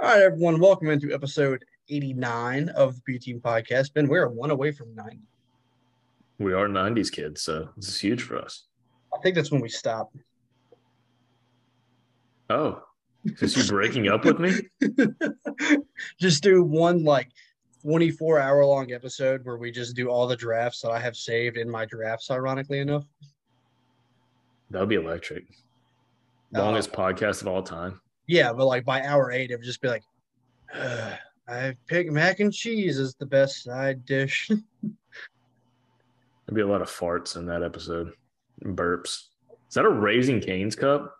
All right, everyone, welcome into episode 89 of the B Team Podcast. Ben, we're one away from 90. We are 90s kids, so this is huge for us. I think that's when we stop. Oh, is this you breaking up with me? just do one like 24 hour long episode where we just do all the drafts that I have saved in my drafts, ironically enough. That would be electric. Uh, Longest podcast of all time. Yeah, but like by hour eight, it would just be like, "Ugh, I pick mac and cheese as the best side dish. There'd be a lot of farts in that episode. Burps. Is that a Raising Canes cup?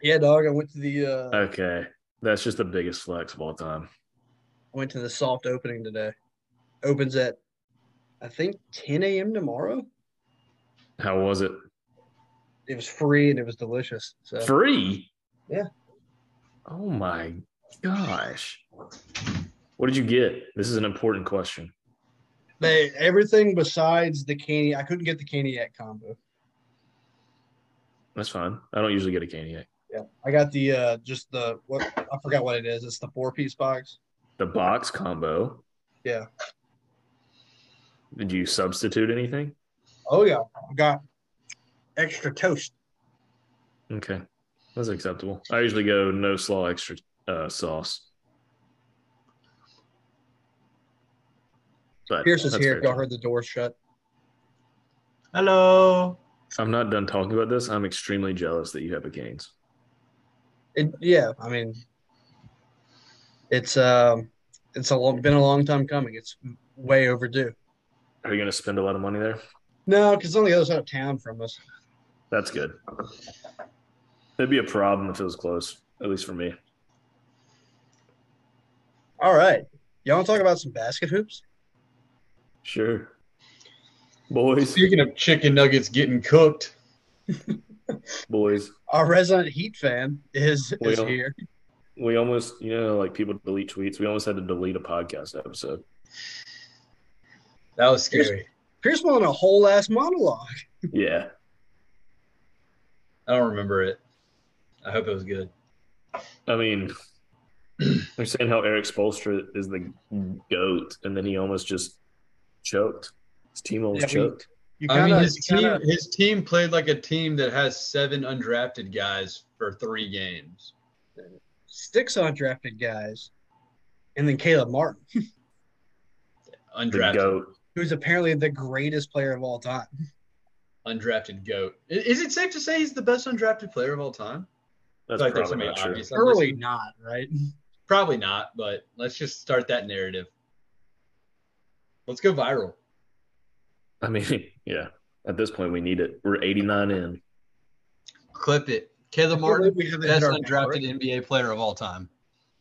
yeah, dog, I went to the uh, I Okay. That's just the biggest flex of all time. went to the soft opening today. Opens at I think 10 a.m. tomorrow. How was it? It was free and it was delicious. So Free? Yeah. Oh my gosh. What did you get? This is an important question. They everything besides the candy. I couldn't get the caniac combo. That's fine. I don't usually get a Caniac. Yeah, I got the uh just the what I forgot what it is. It's the four piece box. The box combo. Yeah. Did you substitute anything? Oh yeah, I got extra toast. Okay, that's acceptable. I usually go no slaw, extra uh, sauce. But Pierce is that's here. fair. If y'all heard the door shut. Hello. I'm not done talking about this. I'm extremely jealous that you have a canes. It, yeah, I mean, it's um, it's a long, been a long time coming. It's way overdue. Are you going to spend a lot of money there? No, because it's on the other side of town from us. That's good. It'd be a problem if it was close, at least for me. All right, y'all want to talk about some basket hoops? Sure, boys, Speaking of chicken nuggets getting cooked, boys. Our resident Heat fan is is Well. here. We almost, you know, like people delete tweets. We almost had to delete a podcast episode. that was scary. Pierce went on a whole ass monologue. Yeah. I don't remember it. I hope it was good. I mean, they're saying how Eric Spolstra is the goat, and then he almost just choked. His team almost Yeah, we- choked. You I kinda, mean, his you team kinda- his team played like a team that has seven undrafted guys for three games. six undrafted guys, and then Caleb Martin, the Undrafted, goat. who's apparently the greatest player of all time. undrafted goat. I- Is it safe to say he's the best undrafted player of all time? That's Like, that's probably gonna not be true. obvious. Surely not, right? Probably not, but let's just start that narrative. Let's go viral. I mean, yeah. At this point, we need it. We're 89 in. Clip it. Caleb Apparently, Martin, we haven't best hit our undrafted power. NBA player of all time.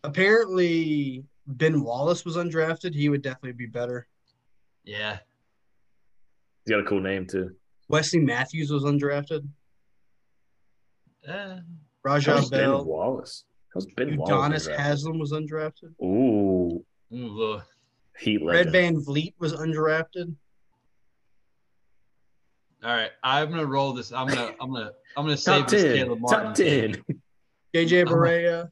Apparently, Ben Wallace was undrafted. He would definitely be better. Yeah. He's got a cool name too. Wesley Matthews was undrafted. Eh. Rajah How's Ben Bell. Wallace? How's Ben Udonis Wallace? been drafted? Haslam was undrafted. Ooh, Ooh, ugh. Heat Red legend. Van Vliet was undrafted. All right, I'm gonna roll this. I'm gonna, I'm gonna, I'm gonna save Top this 10. Caleb Martin. Top 10. JJ Oh. Barea,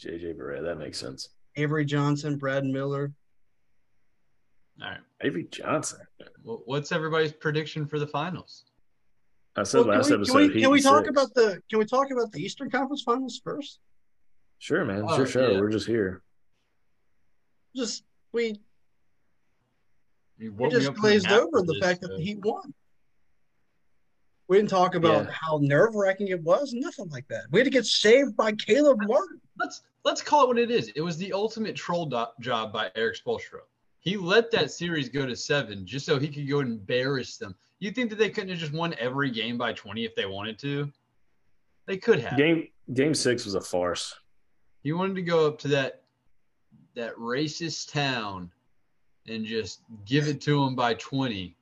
JJ Barea. That makes sense. Avery Johnson, Brad Miller. All right, Avery Johnson. well, what's everybody's prediction for the finals? I said Well, last can we, episode. Can we, Heat can we in talk six. about the Can we talk about the Eastern Conference Finals first? Sure, man. It's Oh, your show. yeah. We're just here. Just we We You woke me just up from glazed a nap over for the this, fact that uh, so- the Heat won. We didn't talk about Yeah. how nerve wracking it was, nothing like that. We had to get saved by Caleb Martin. let's let's call it what it is. It was the ultimate troll do- job by Eric Spoelstra. He let that series go to seven just so he could go and embarrass them. You think that they couldn't have just won every game by 20 if they wanted to? They could have. Game Game Six was a farce. He wanted to go up to that that racist town and just give it to them by 20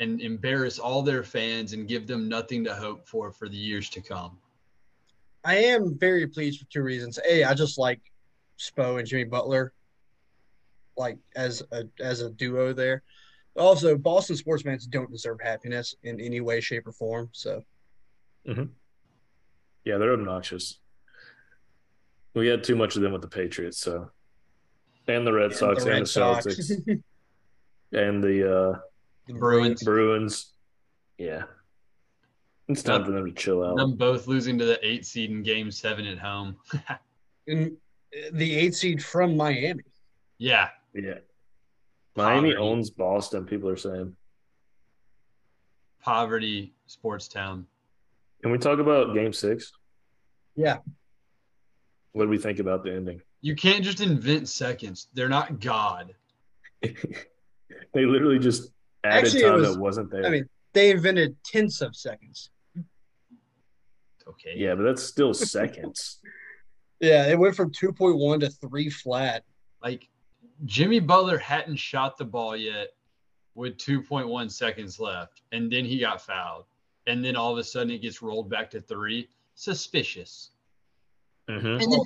and embarrass all their fans and give them nothing to hope for for the years to come. I am very pleased for two reasons. A, I just like Spo and Jimmy Butler, like as a as a duo there. Also, Boston sports fans don't deserve happiness in any way, shape, or form. So Yeah, they're obnoxious. We had too much of them with the Patriots, so and the Red And Sox the and Red the Celtics and the uh, The Bruins. Bruins. Yeah, it's time for them to chill out. Them both losing to the eight seed in game seven at home. and uh, the eight seed from Miami. yeah. yeah, Miami Poverty- owns Boston. People are saying. poverty sports town. Can we talk about Game Six? Yeah. What do we think about the ending? You can't just invent seconds. They're not God. They literally just added Actually, it time was- that wasn't there. I mean, they invented tenths of seconds. Okay. yeah, but that's still seconds. Yeah, it went from two point one to three flat. Like Jimmy Butler hadn't shot the ball yet with 2.1 seconds left. And then he got fouled. And then all of a sudden it gets rolled back to three. Suspicious. Mhm. And then,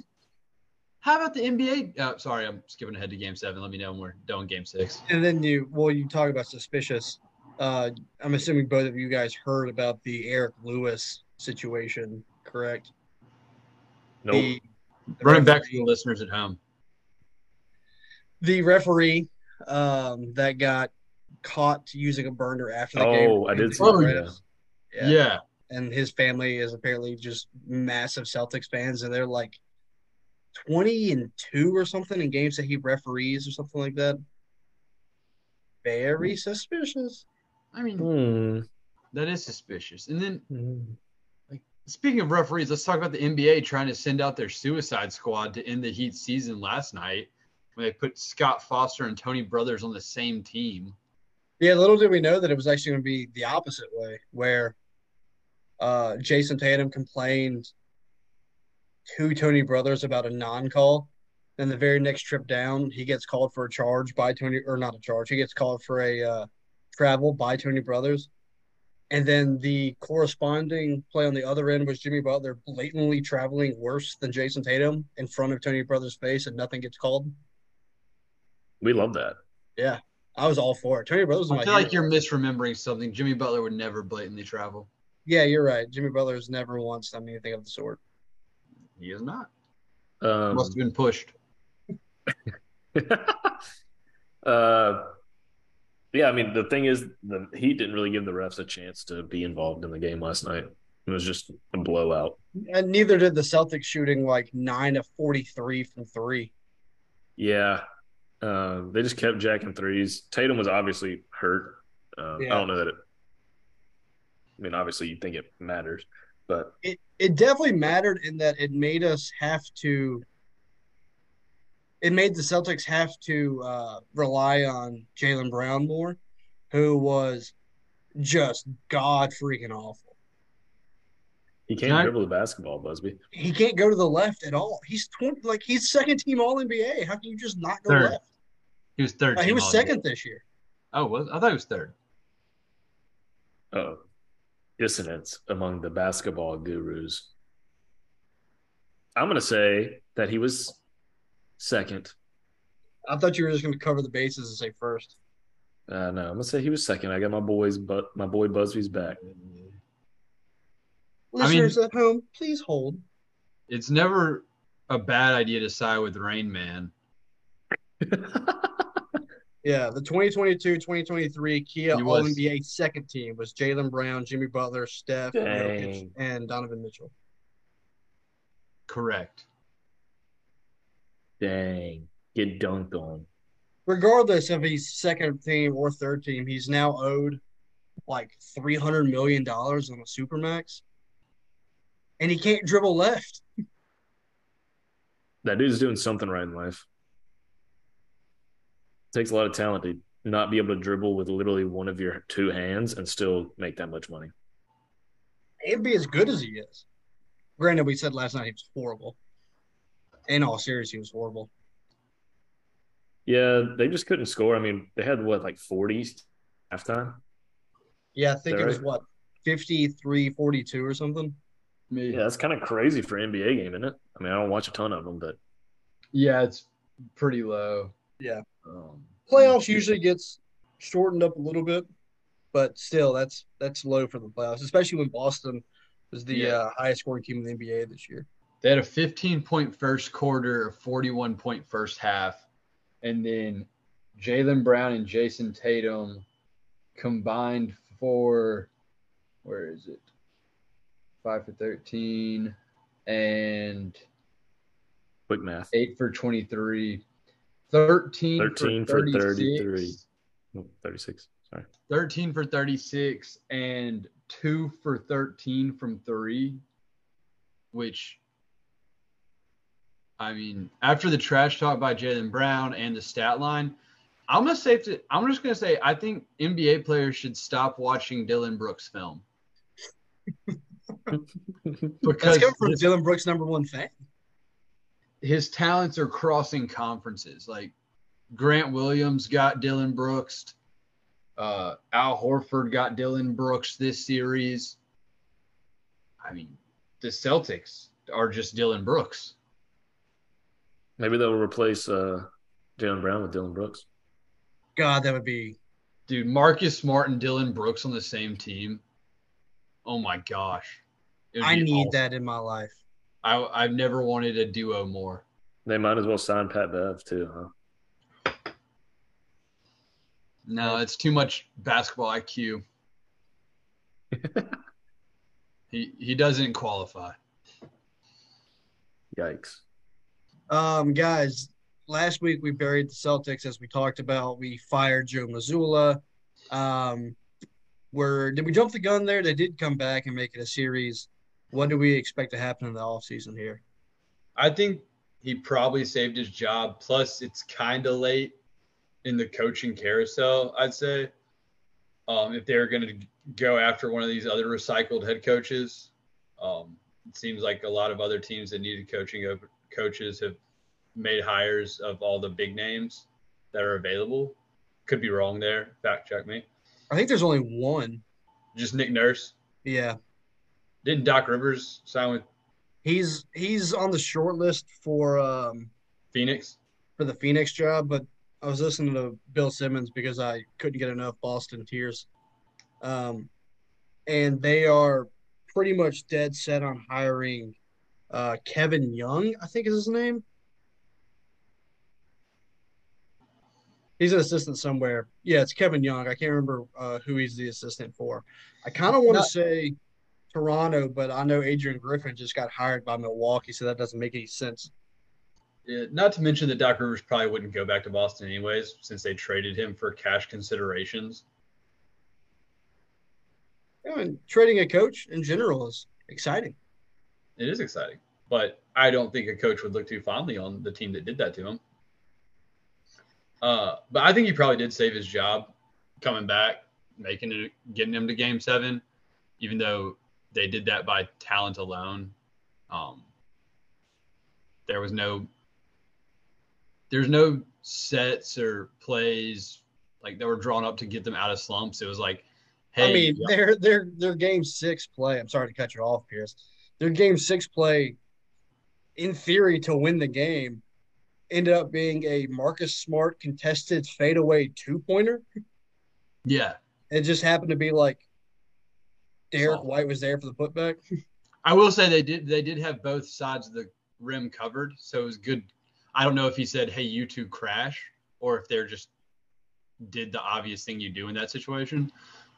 how about the NBA? Uh, sorry, I'm skipping ahead to game seven. Let me know when we're done with game six. And then you, well, you talk about suspicious. Uh, I'm assuming both of you guys heard about the Eric Lewis situation, correct? Nope. The, the Running back for referee- the listeners at home. The referee um, that got caught using a burner after the game. Oh, I did see Oh, that. yes. Yeah. and his family is apparently just massive Celtics fans, and they're like twenty and two or something in games that he referees or something like that. Very suspicious. I mean, Hmm. that is suspicious. And then Mhm. Speaking of referees, let's talk about the NBA trying to send out their suicide squad to end the Heat season last night when they put Scott Foster and Tony Brothers on the same team. Yeah, little did we know that it was actually going to be the opposite way, where uh, Jason Tatum complained to Tony Brothers about a non-call, and the very next trip down, he gets called for a charge by Tony, or not a charge, he gets called for a uh, travel by Tony Brothers, and then the corresponding play on the other end was Jimmy Butler blatantly traveling worse than Jason Tatum in front of Tony Brothers' face, and nothing gets called. We love that. I was all for it. Tony Brothers. was I my feel like hero. you're misremembering something. Jimmy Butler would never blatantly travel. Yeah, you're right. Jimmy Butler's never once done anything of the sort. He is not. Um, Must have been pushed. uh, yeah, I mean, the thing is, the Heat didn't really give the refs a chance to be involved in the game last night. It was just a blowout. And neither did the Celtics shooting like nine of forty-three from three. Yeah. Uh, they just kept jacking threes. Tatum was obviously hurt. Um, I Yeah. don't know that it, I mean, obviously, you think it matters, but It it definitely mattered in that it made us have to it made the Celtics have to uh, rely on Jalen Brown more, who was just god freaking awful. he can't Can I- dribble the basketball, Busby. He can't go to the left at all. He's twenty like he's second team all NBA. How can you just not go Third. left? He was third. Like, Uh, he team was all second this year. NBA. Oh, was I thought he was third. Oh, dissonance among the basketball gurus. I'm going to say that he was second. I thought you were just gonna cover the bases and say first. Uh, no, I'm gonna say he was second. I got my boys, but my boy Busby's back. I mean- Listeners at home, please hold. It's never a bad idea to side with Rain Man. Yeah, the 2022-2023 Kia He All was. NBA second team was Jalen Brown, Jimmy Butler, Steph, Jokic, Dang. and Donovan Mitchell. Correct. Dang, get dunked on. Regardless of his second team or third team, he's now owed like three hundred million dollars on a supermax, and he can't dribble left. That dude's doing something right in life. Takes a lot of talent to not be able to dribble with literally one of your two hands and still make that much money. He'd be as good as he is. Granted, we said last night he was horrible. In all seriousness, he was horrible. Yeah, they just couldn't score. I mean, they had what like 40s halftime. Yeah, I think it was Third. what 53-42 or something. Me. Yeah, that's kind of crazy for an NBA game, isn't it? I mean, I don't watch a ton of them, but Yeah, it's pretty low. Yeah. Um, playoffs usually gets shortened up a little bit, but still, that's that's low for the playoffs, especially when Boston was the Yeah. uh, highest scoring team in the NBA this year. They had a 15 point first quarter, a 41 point first half, and then Jalen Brown and Jason Tatum combined for where is it? Five for 13 and Quick math. eight for 23. 13, 13 for for 33. 36. Sorry. 13 for 36 and 2 for 13 from 3 which I mean after the trash talk by Jalen Brown and the stat line I'm gonna say to, I'm just gonna say I think NBA players should stop watching Dylan Brooks film Let's because go from his, Dylan Brooks' number one fan. his talents are crossing conferences like Grant Williams got Dylan Brooks uh, Al Horford got Dylan Brooks this series I mean the Celtics are just Dylan Brooks. Maybe they'll replace uh, Jalen Brown with Dylan Brooks. God, that would be Dude, Marcus Smart and Dylan Brooks on the same team. Oh my gosh. It would I be need awesome. that in my life. I, I've never wanted a duo more. They might as well sign Pat Bev too, huh? No, it's too much basketball IQ. he he doesn't qualify. Yikes. Um, guys, last week we buried the Celtics as we talked about. We fired Joe Missoula. Um, were did we jump the gun there? They did come back and make it a series. What do we expect to happen in the offseason here? I think he probably saved his job. Plus, it's kind of late in the coaching carousel, I'd say. Um, if they're going to go after one of these other recycled head coaches, um, it seems like a lot of other teams that needed coaching op- coaches have made hires of all the big names that are available. Could be wrong there. Fact check me. I think there's only one. Just Nick Nurse. Yeah. Didn't Doc Rivers sign with He's he's on the short list for um Phoenix? for the Phoenix job, but I was listening to Bill Simmons because I couldn't get enough Boston tears. Um, and they are pretty much dead set on hiring uh, Kevin Young, I think is his name. He's an assistant somewhere. Yeah, it's Kevin Young. I can't remember uh, who he's the assistant for. I kind of want to Not- say Toronto, but I know Adrian Griffin just got hired by Milwaukee, so that doesn't make any sense. Yeah, not to mention that Doc Rivers probably wouldn't go back to Boston anyways, since they traded him for cash considerations. Yeah, and trading a coach in general is exciting. It is exciting, but I don't think a coach would look too fondly on the team that did that to him. Uh, but I think he probably did save his job coming back, making it, getting him to Game Seven, even though they did that by talent alone. Um, there was no, there's no sets or plays like that were drawn up to get them out of slumps. It was like, hey, I mean, their their their game six play. I'm sorry to cut you off, Pierce. Their game six play, in theory, to win the game, ended up being a Marcus Smart contested fadeaway two pointer. yeah, It just happened to be like Derek Soft. White was there for the putback. I will say they did they did have both sides of the rim covered, so it was good. I don't know if he said, "Hey, you two crash," or if they're just did the obvious thing you do in that situation.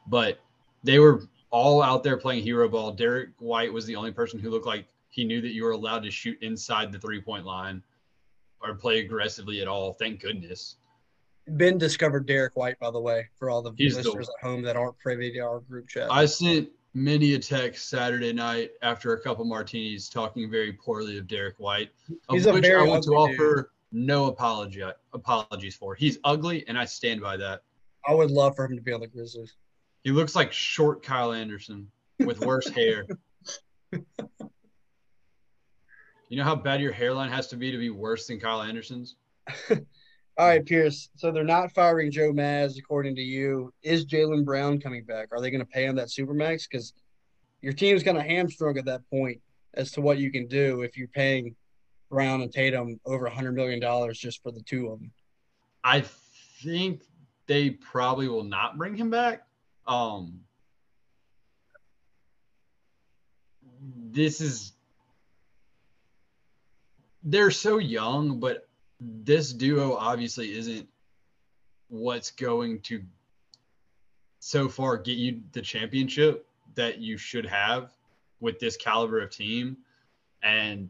But they were all out there playing hero ball. Derek White was the only person who looked like he knew that you were allowed to shoot inside the three point line or play aggressively at all. Thank goodness. Ben discovered Derek White, by the way, for all the He's the- listeners at home that aren't privy to our group chat. I sent many a text Saturday night after a couple martinis talking very poorly of Derek White, of He's a which very I want to ugly dude. offer no apology apologies for. He's ugly, and I stand by that. I would love for him to be on the Grizzlies. He looks like short Kyle Anderson with worse hair. You know how bad your hairline has to be to be worse than Kyle Anderson's? All right, Pierce. So they're not firing Joe Maz, according to you. Is Jalen Brown coming back? Are they going to pay him that supermax? Because your team's kind of hamstrung at that point as to what you can do if you're paying Brown and Tatum over $100 million just for the two of them. I think they probably will not bring him back. Um, this is they're so young, but this duo obviously isn't what's going to so far get you the championship that you should have with this caliber of team. And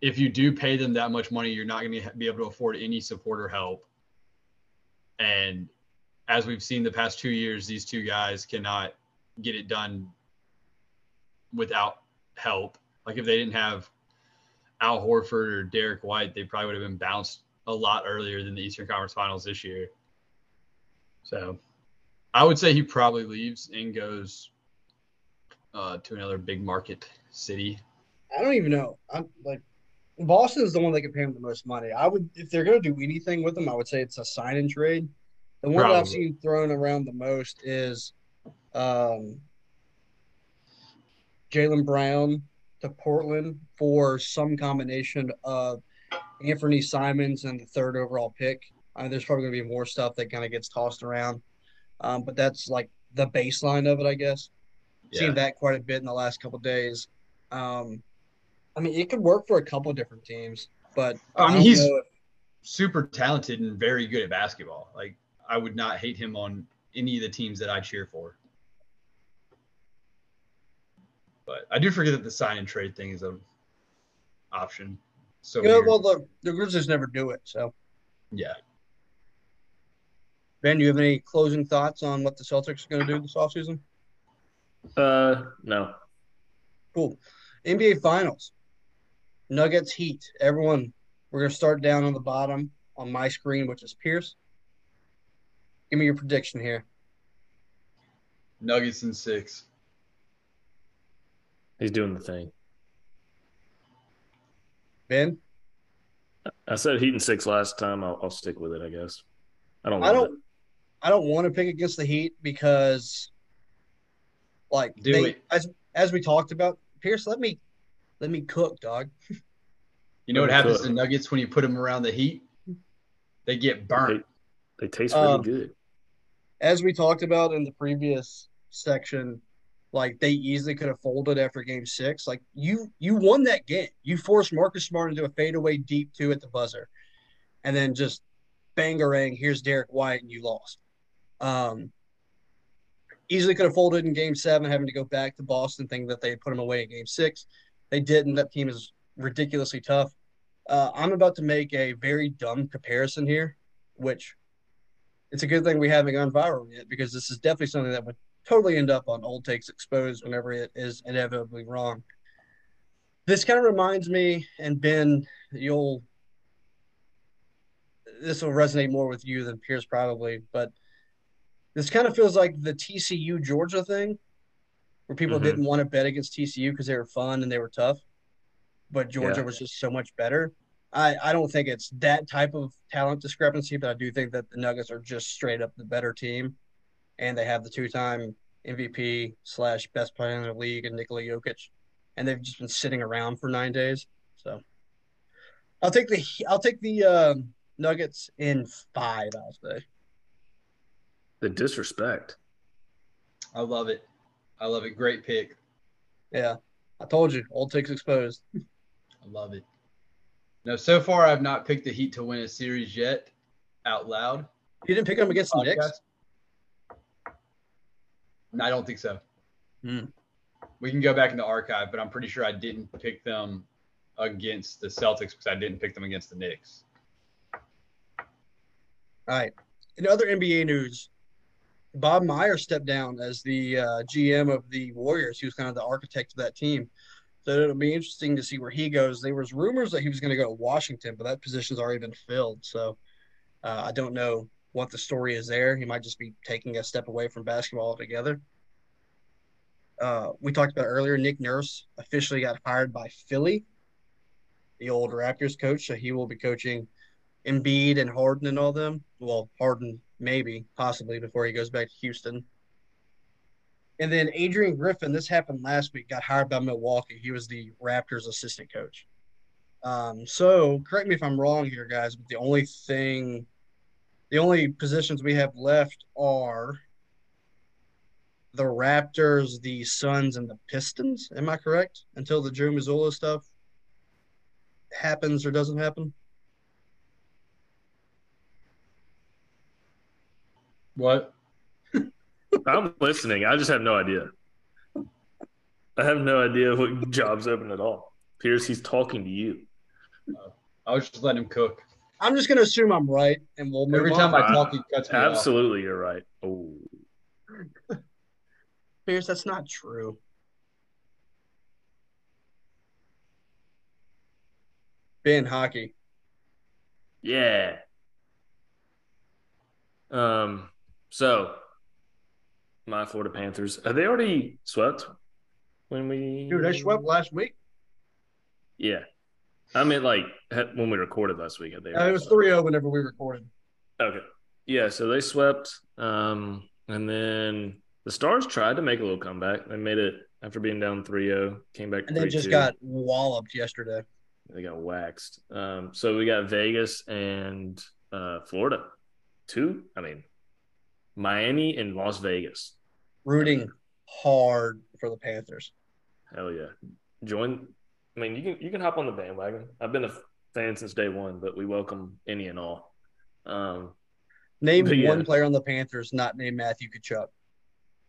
if you do pay them that much money, you're not going to be able to afford any support or help. And as we've seen the past two years, these two guys cannot get it done without help. Like if they didn't have Al Horford or Derek White, they probably would have been bounced a lot earlier than the Eastern Conference Finals this year. So I would say he probably leaves and goes uh, to another big market city. I don't even know. I'm like Boston is the one that could pay him the most money. I would if they're gonna do anything with him, I would say it's a sign and trade. The one that I've Probably. seen thrown around the most is um, Jalen Brown to Portland for some combination of Anthony Simons and the third overall pick. I mean, there's probably going to be more stuff that kind of gets tossed around, um, but that's like the baseline of it, I guess. Yeah. Seen that quite a bit in the last couple days. Um, I mean, it could work for a couple different teams, but I mean, don't he's know if- super talented and very good at basketball. Like I would not hate him on any of the teams that I cheer for. But I do forget that the sign and trade thing is an option. So you know, weird. well, the, the Grizzlies never do it, so. yeah. Ben, do you have any closing thoughts on what the Celtics are going to do this offseason? Uh, no. Cool. NBA Finals. Nuggets Heat. Everyone, we're going to start down on the bottom on my screen, which is Pierce. Give me your prediction here. Nuggets and six. He's doing the thing. Ben? I said Heat and six last time. I'll, I'll stick with it. I guess. I don't. I love don't I don't want to pick against the Heat because like Do they, it. as as we talked about, Pierce, let me let me cook, dog. You know what Oh, happens good. to Nuggets when you put them around the Heat? They get burnt. They, they taste really Um, good. as we talked about in the previous section, like they easily could have folded after game six. Like you you won that game. You forced Marcus Smart into a fadeaway deep two at the buzzer. And then just bangarang, here's Derek White and you lost. Um easily could have folded in game seven, having to go back to Boston, thinking that they had put him away in game six. They didn't. That team is ridiculously tough. Uh, I'm about to make a very dumb comparison here, which it's a good thing we haven't gone viral yet because this is definitely something that would totally end up on old takes exposed whenever it is inevitably wrong. This kind of reminds me, and Ben, you'll this will resonate more with you than Pierce probably, but this kind of feels like the TCU Georgia thing, where people Mhm. didn't want to bet against TCU because they were fun and they were tough, but Georgia Yeah. was just so much better. I, I don't think it's that type of talent discrepancy, but I do think that the Nuggets are just straight up the better team, and they have the two-time MVP slash best player in the league and Nikola Jokic, and they've just been sitting around for nine days. So I'll take the I'll take the um, Nuggets in five. I'll say The disrespect. I love it. I love it. Great pick. yeah. I told you, old takes exposed. I love it. No, so far I've not picked the Heat to win a series yet out loud. You didn't pick them against the Knicks. No, I don't think so. Hmm. We can go back in the archive, but I'm pretty sure I didn't pick them against the Celtics because I didn't pick them against the Knicks. All right. In other NBA news, Bob Meyer stepped down as the uh, GM of the Warriors. He was kind of the architect of that team. So it'll be interesting to see where he goes. There was rumors that he was going to go to Washington, but that position's already been filled. So uh, I don't know what the story is there. He might just be taking a step away from basketball altogether. Uh, we talked about earlier, Nick Nurse officially got hired by Philly, the old Raptors coach. So he will be coaching Embiid and Harden and all them. Well, Harden maybe, possibly before he goes back to Houston. And then Adrian Griffin, this happened last week, got hired by Milwaukee. He was the Raptors assistant coach. Um, so correct me if I'm wrong here, guys, but the only thing, the only positions we have left are the Raptors, the Suns, and the Pistons. Am I correct? Until the Drew Missoula stuff. happens or doesn't happen? What? I'm listening. I just have no idea. I have no idea what job's open at all. Pierce, he's talking to you. I was just letting him cook. I'm just going to assume I'm right, and we'll move Every on. time I on. talk, he cuts me off. Absolutely, you're right. Oh, Pierce, that's not true. Ben hockey. yeah. Um. So, my Florida Panthers have they already swept? When we Dude, I swept last week. Yeah, I mean, like had- when we recorded last week, had they? Uh, it already was swept? 3 0 whenever we recorded. Okay. Yeah, so they swept. Um, and then the Stars tried to make a little comeback. They made it after being down 3 0, came back And they just 3-2. got walloped yesterday. They got waxed. Um, so we got Vegas and uh, Florida. Two, I mean, Miami and Las Vegas. Rooting hard for the Panthers. Hell yeah. Join. I mean, you can you can hop on the bandwagon. I've been a fan since day one, but we welcome any and all. Um, Name Yeah. one player on the Panthers, not named Matthew Kachuk.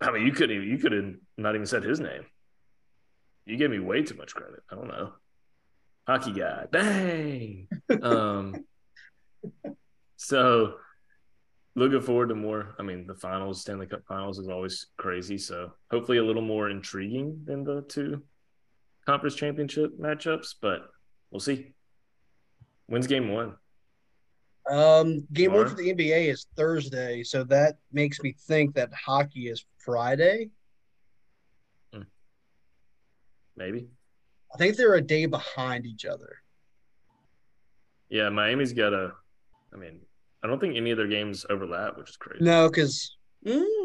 I mean, you couldn't even you could have not even said his name. You gave me way too much credit. I don't know. Hockey guy. Dang. um so looking forward to more. I mean, the finals, Stanley Cup finals is always crazy. So hopefully a little more intriguing than the two conference championship matchups, but we'll see. When's game one? Um, game one Tomorrow? for the NBA is Thursday, so that makes me think that hockey is Friday. Maybe. I think they're a day behind each other. Yeah, Miami's got a I mean, I don't think any of their games overlap, which is crazy. No, mm, because The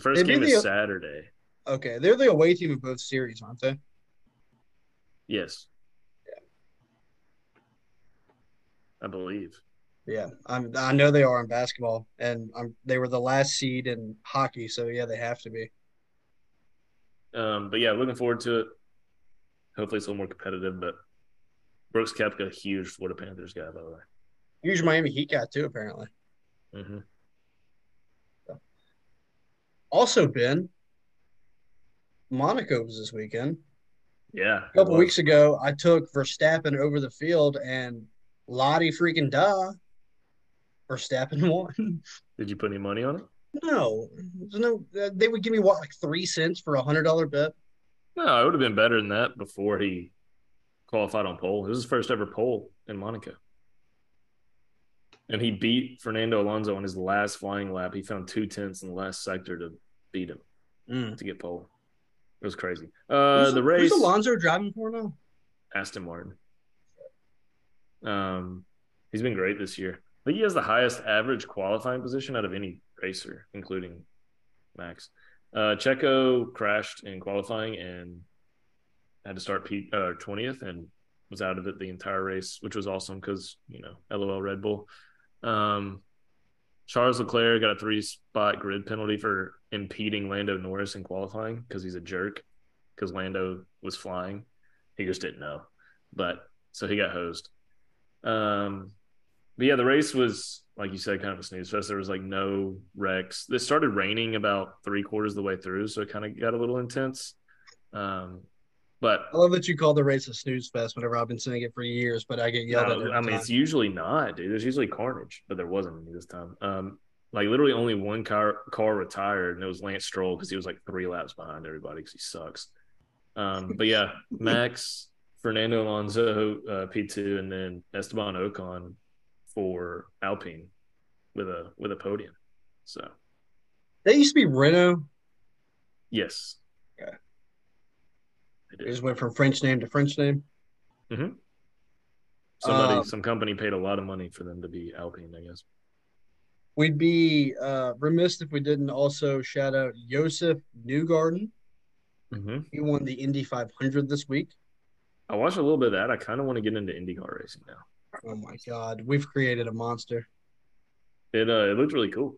first Maybe game is the- Saturday. okay, they're the away team of both series, aren't they? Yes. I believe. Yeah, I'm. I know they are in basketball, and I'm. They were the last seed in hockey, so yeah, they have to be. Um, but yeah, looking forward to it. Hopefully it's a little more competitive, but Brooks Koepka, huge Florida Panthers guy, by the way. Huge Miami Heat guy too, apparently. hmm Also, Ben. Monaco was this weekend. Yeah. A couple weeks ago, I took Verstappen over the field, and Lottie freaking duh, Verstappen won. Did you put any money on it? no, there's no. They would give me what like three cents for a hundred dollar bet. No, it would have been better than that before he qualified on pole. It was his first ever pole in Monaco. And he beat Fernando Alonso on his last flying lap. He found two tenths in the last sector to beat him. Mm. to get pole. It was crazy. Uh, Who's- the race, Who's Alonso driving for now? Aston Martin. Um, he's been great this year. I think he has the highest average qualifying position out of any racer, including Max. Uh, Checo crashed in qualifying and had to start P- uh, 20th and was out of it the entire race, which was awesome because, you know, LOL Red Bull. Um, Charles Leclerc got a three spot grid penalty for impeding Lando Norris in qualifying because he's a jerk, because Lando was flying. He just didn't know. But so he got hosed. Um, but yeah, the race was, like you said, kind of a snooze fest. There was like no wrecks. It started raining about three quarters of the way through. So it kind of got a little intense. Um, but I love that you call the race a snooze fest whenever I've been saying it for years, but I get yelled at. No, every I mean, time. it's usually not, dude. There's usually carnage, but there wasn't any this time. Um, like literally only one car car retired, and it was Lance Stroll because he was like three laps behind everybody because he sucks. Um, but yeah, Max, Fernando Alonso, uh, P two, and then Esteban Ocon for Alpine with a with a podium. So They used to be Renault. yes, Okay. They They did. just went from French name to French name. Somebody, um, some company paid a lot of money for them to be Alpine, I guess. We'd be uh, remiss if we didn't also shout out Josef Newgarden. Mm-hmm. He won the Indy 500 this week. I watched a little bit of that. I kind of want to get into IndyCar racing now. Oh my God, we've created a monster. It uh, it looked really cool.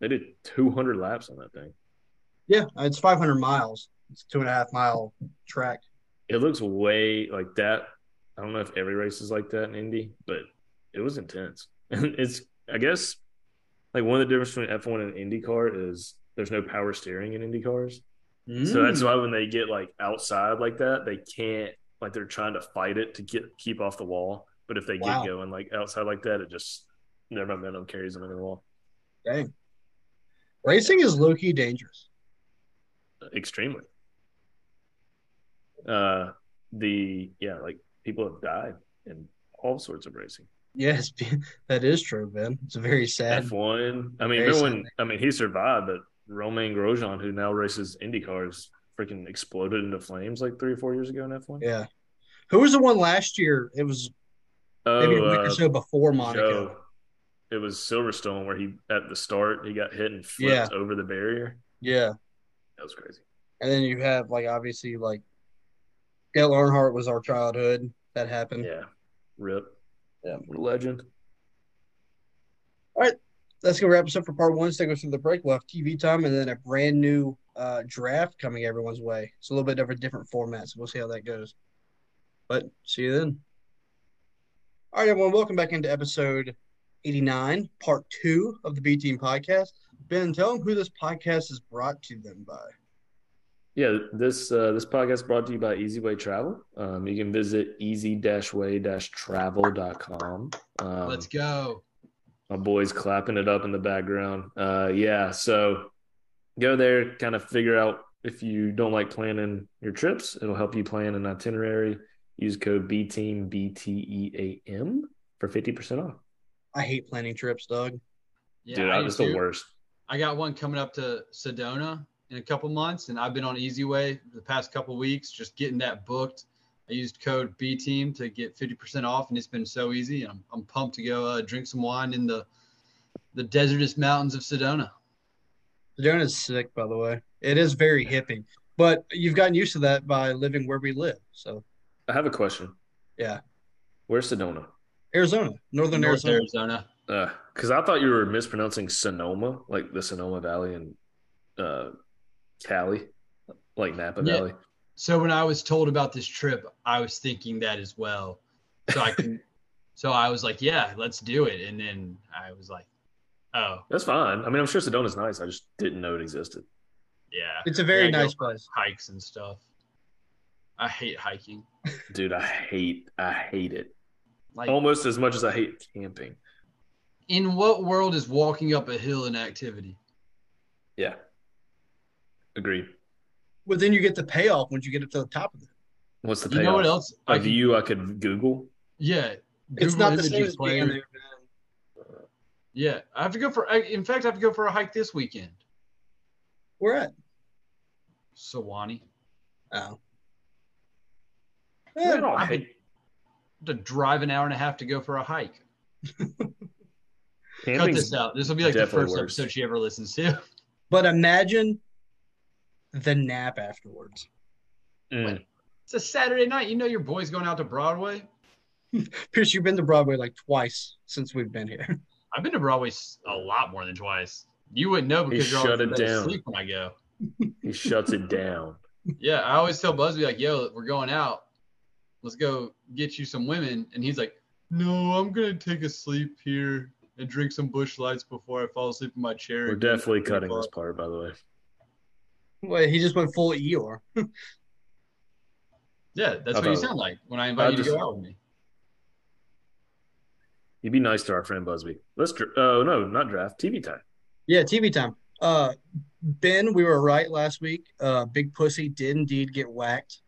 They did 200 laps on that thing. Yeah, it's 500 miles. It's a two and a half mile track. It looks way like that. I don't know if every race is like that in Indy, but it was intense. And it's, I guess, like one of the differences between F1 and IndyCar is there's no power steering in Indy cars. So Mm. that's why when they get like outside like that, they can't like they're trying to fight it to get keep off the wall. But if they Wow. get going like outside like that, it just their momentum carries them into the wall. Dang. Racing is low key dangerous. Extremely. Uh the yeah, like people have died in all sorts of racing. Yes, that is true, Ben. It's very sad. F one. I mean, Very remember when I mean he survived, but Romain Grosjean, who now races Indy cars, freaking exploded into flames like three or four years ago in F one. Yeah. Who was the one last year? It was Oh, maybe a week uh, or so before Monaco. Joe. It was Silverstone where he at the start he got hit and flipped over the barrier. Yeah. That was crazy. And then you have like obviously like Dale Earnhardt was our childhood. That happened. Yeah. Rip. Yeah. What a legend. That's gonna wrap us up for part one. Stick us through the break. We'll have TV time and then a brand new uh, draft coming everyone's way. It's a little bit of a different format, so we'll see how that goes. But see you then. All right, everyone, welcome back into episode 89, part two of the B Team podcast. Ben, tell them who this podcast is brought to them by. Yeah, this uh, this podcast is brought to you by Easy Way Travel. Um, you can visit easy-way-travel.com. Um, Let's go. my boys clapping it up in the background. Uh, yeah, so go there, kind of figure out if you don't like planning your trips, it'll help you plan an itinerary. Use code B Team B T E A M for fifty percent off. I hate planning trips, Doug. Yeah, Dude, I I, do that's the too. worst. I got one coming up to Sedona in a couple months, and I've been on Easy Way the past couple weeks, just getting that booked. I used code B Team to get 50% off, and it's been so easy. And I'm, I'm pumped to go uh, drink some wine in the the desertous mountains of Sedona. Sedona is sick, by the way. It is very hippie, but you've gotten used to that by living where we live. So, I have a question. Yeah. where's Sedona? Arizona, northern North Arizona. Arizona. Because Uh, I thought you were mispronouncing Sonoma, like the Sonoma Valley and uh, Cali, like Napa Yeah. Valley. So when I was told about this trip, I was thinking that as well. So I can, so I was like, yeah, let's do it. And then I was like, oh That's fine. I mean, I'm sure Sedona's nice. I just didn't know it existed. yeah, It's a very Yeah, I go nice place. hikes and stuff. I hate hiking. Dude, I hate, I hate it. Like, almost as much as I hate camping. in what world is walking up a hill an activity? Yeah. Agreed. But then you get the payoff once you get up to the top of it. What's the you know payoff? what else? A I can, view I could Google. yeah, It's Google not the Images same as being player. there. Yeah, I have to go for. I- In fact, I have to go for a hike this weekend. We're at. Sewanee. Oh. I Eh, don't I- hate To drive an hour and a half to go for a hike. Cut camping. this out. This will be like the definitely first worse. episode she ever listens to. But imagine the nap afterwards. Mm. It's a Saturday night. You know your boy's going out to Broadway. Pierce, you've been to Broadway like twice since we've been here. I've been to Broadway s- a lot more than twice. You wouldn't know because you're shut always it in bed down. asleep when I go. He shuts it down. Yeah, I always tell Busby like, "Yo, we're going out. Let's go get you some women." And he's like, "No, I'm gonna take a sleep here and drink some bush lights before I fall asleep in my chair." We're again." definitely cutting this part, by the way. Wait, he just went full Eeyore. Yeah, that's I what you thought- sound like when I I invite you to just- go out with me. You'd be nice to our friend Busby. Let's. dr- Oh no, not draft. TV time. Yeah, TV time. Uh, ben, we were right last week. Uh, Big Pussy did indeed get whacked.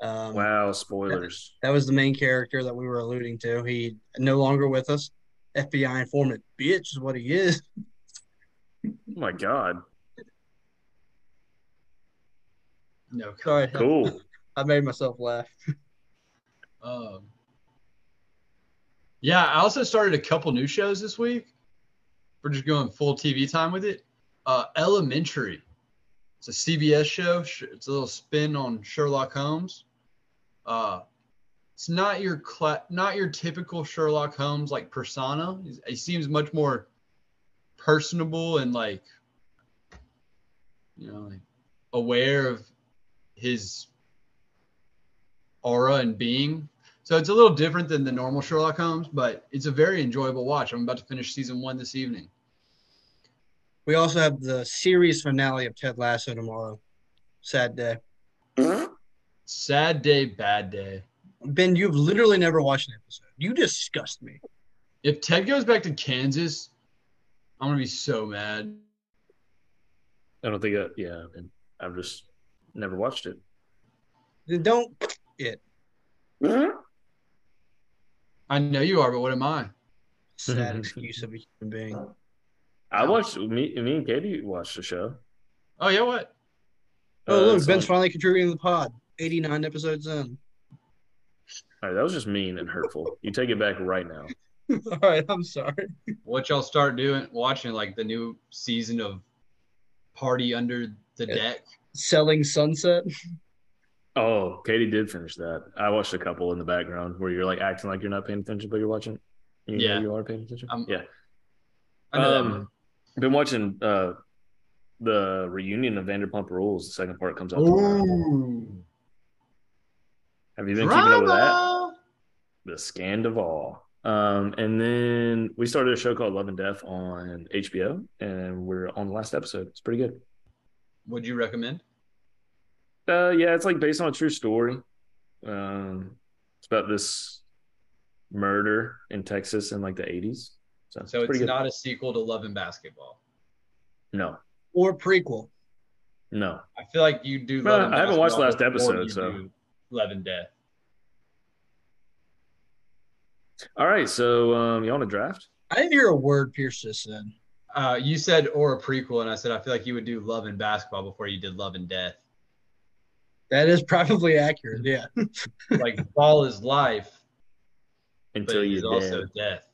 Um, Wow, spoilers. That was the main character that we were alluding to. He no longer with us. FBI informant, bitch, is what he is. Oh my god. No, Sorry. Cool. I made myself laugh. Um, yeah, I also started a couple new shows this week. We're just going full TV time with it. Uh, Elementary. It's a CBS show. Sh- It's a little spin on Sherlock Holmes. Uh, it's not your cla- not your typical Sherlock Holmes like persona. He's- He seems much more personable and like you know like aware of his aura and being. So it's a little different than the normal Sherlock Holmes, but it's a very enjoyable watch. I'm about to finish season one this evening. We also have the series finale of Ted Lasso tomorrow. Sad day. Sad day, bad day. Ben, you've literally never watched an episode. You disgust me. If Ted goes back to Kansas, I'm gonna be so mad. I don't think. I, yeah, I mean, I've just never watched it. Then don't it. I know you are, but what am I? Sad excuse of a human being. Uh, I watched me. Me and Katie watched the show. Oh yeah, what? Oh, Uh, look, it's Ben's on- finally contributing to the pod. 89 episodes in. All right, that was just mean and hurtful. You take it back right now. All right, I'm sorry. What y'all start doing? Watching like the new season of Party Under the Yeah. Deck. Selling Sunset. Oh, Katie did finish that. I watched a couple in the background where you're like acting like you're not paying attention, but you're watching. You know Yeah. you are paying attention. I'm- yeah, I know that Um, one. been watching uh the reunion of Vanderpump Rules. The second part comes out. tomorrow. Ooh, Have you been keeping up with that? drama. The Scandival. Um, and then we started a show called Love and Death on HBO, and we're on the last episode. It's pretty good. Would you recommend? Uh, yeah, it's like based on a true story. Um, it's about this murder in Texas in like the 80s. So, So it's, pretty good. not a sequel to Love and Basketball. No, Or prequel. no. I feel like you do. Well, Love and I haven't watched the last Basketball before episode, you so- do Love and Death. All right, so um, you want a draft? I didn't hear a word Pierce just said. Uh, you said or a prequel, and I said I feel like you would do Love and Basketball before you did Love and Death. That is probably accurate. Yeah. Like Ball is life, but Until it is you also death.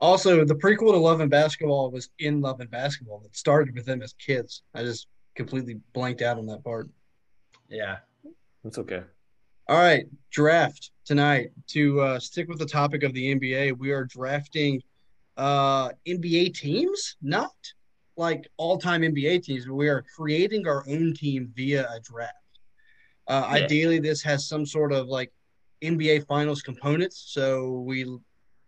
Also, the prequel to Love and Basketball was in Love and Basketball that started with them as kids. I just completely blanked out on that part. Yeah. That's okay. All right, draft tonight. To uh, stick with the topic of the NBA, we are drafting uh, NBA teams, not like all-time NBA teams, but we are creating our own team via a draft. Uh, Yeah. Ideally, this has some sort of like NBA Finals components. So we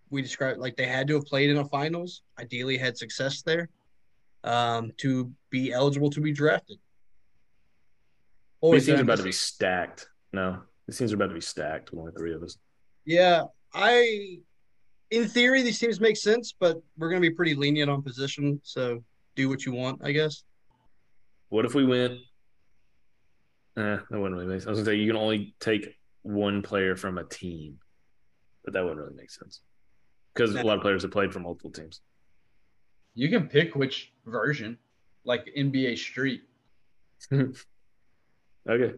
we described like they had to have played in a finals. Ideally, had success there um, to be eligible to be drafted. These did teams I are about miss- to be stacked. No, these teams are about to be stacked with only three of us. Yeah, I, in theory, these teams make sense, but we're going to be pretty lenient on position. So do what you want, I guess. What if we went? Eh, that wouldn't really make sense. I was gonna say you can only take one player from a team, but that wouldn't really make sense because a lot of players have played for multiple teams. You can pick which version, like NBA Street. Okay.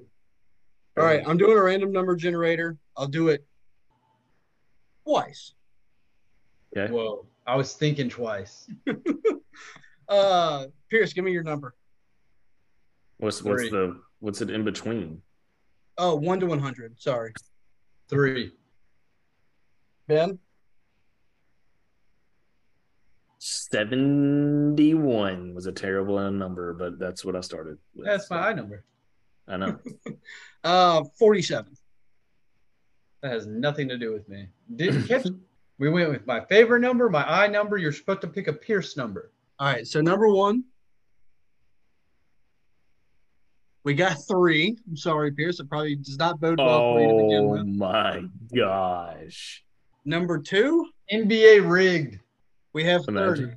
All right, I'm doing a random number generator. I'll do it twice. Okay. Whoa. I was thinking twice. Uh, Pierce, give me your number. What's what's Three. the what's it in between? Oh, one to 100. Sorry. Three. Ben? Seventy-one was a terrible number, but that's what I started. With. That's my eye number. I know. Uh, 47. That has nothing to do with me. Didn't catch. we went with my favorite number, my eye number. You're supposed to pick a Pierce number. All right, so number one. We got three. I'm sorry, Pierce. It probably does not bode well for you to begin Oh with. my gosh! Number two, NBA rigged. we have 30. Imagine.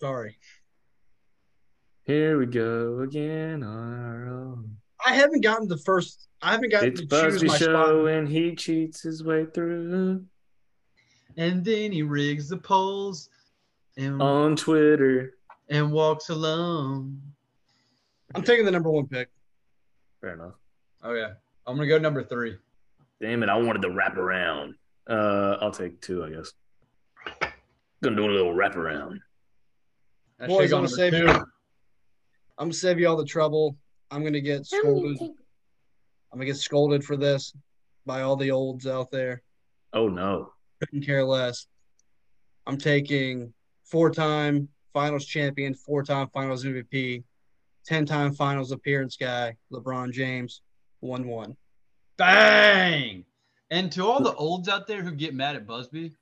Sorry. Here we go again on our own. I haven't gotten the first. I haven't gotten It's to choose Busby my Show, spot. and he cheats his way through And then he rigs the polls and, on Twitter. and walks alone. I'm taking the number one pick. Fair enough. Oh, yeah. I'm going to go number three. Damn it! I wanted to wrap around. Uh, I'll take two, I guess. Gonna do a little wrap around. I Boys, should've gone I'm number gonna save two. you. I'm gonna save you all the trouble. I'm gonna get scolded. I'm gonna get scolded for this by all the olds out there. Oh no! Couldn't care less. I'm taking four-time Finals champion, four-time Finals MVP, ten-time Finals appearance guy, LeBron James, one-one. Bang! And to all the olds out there who get mad at Busby,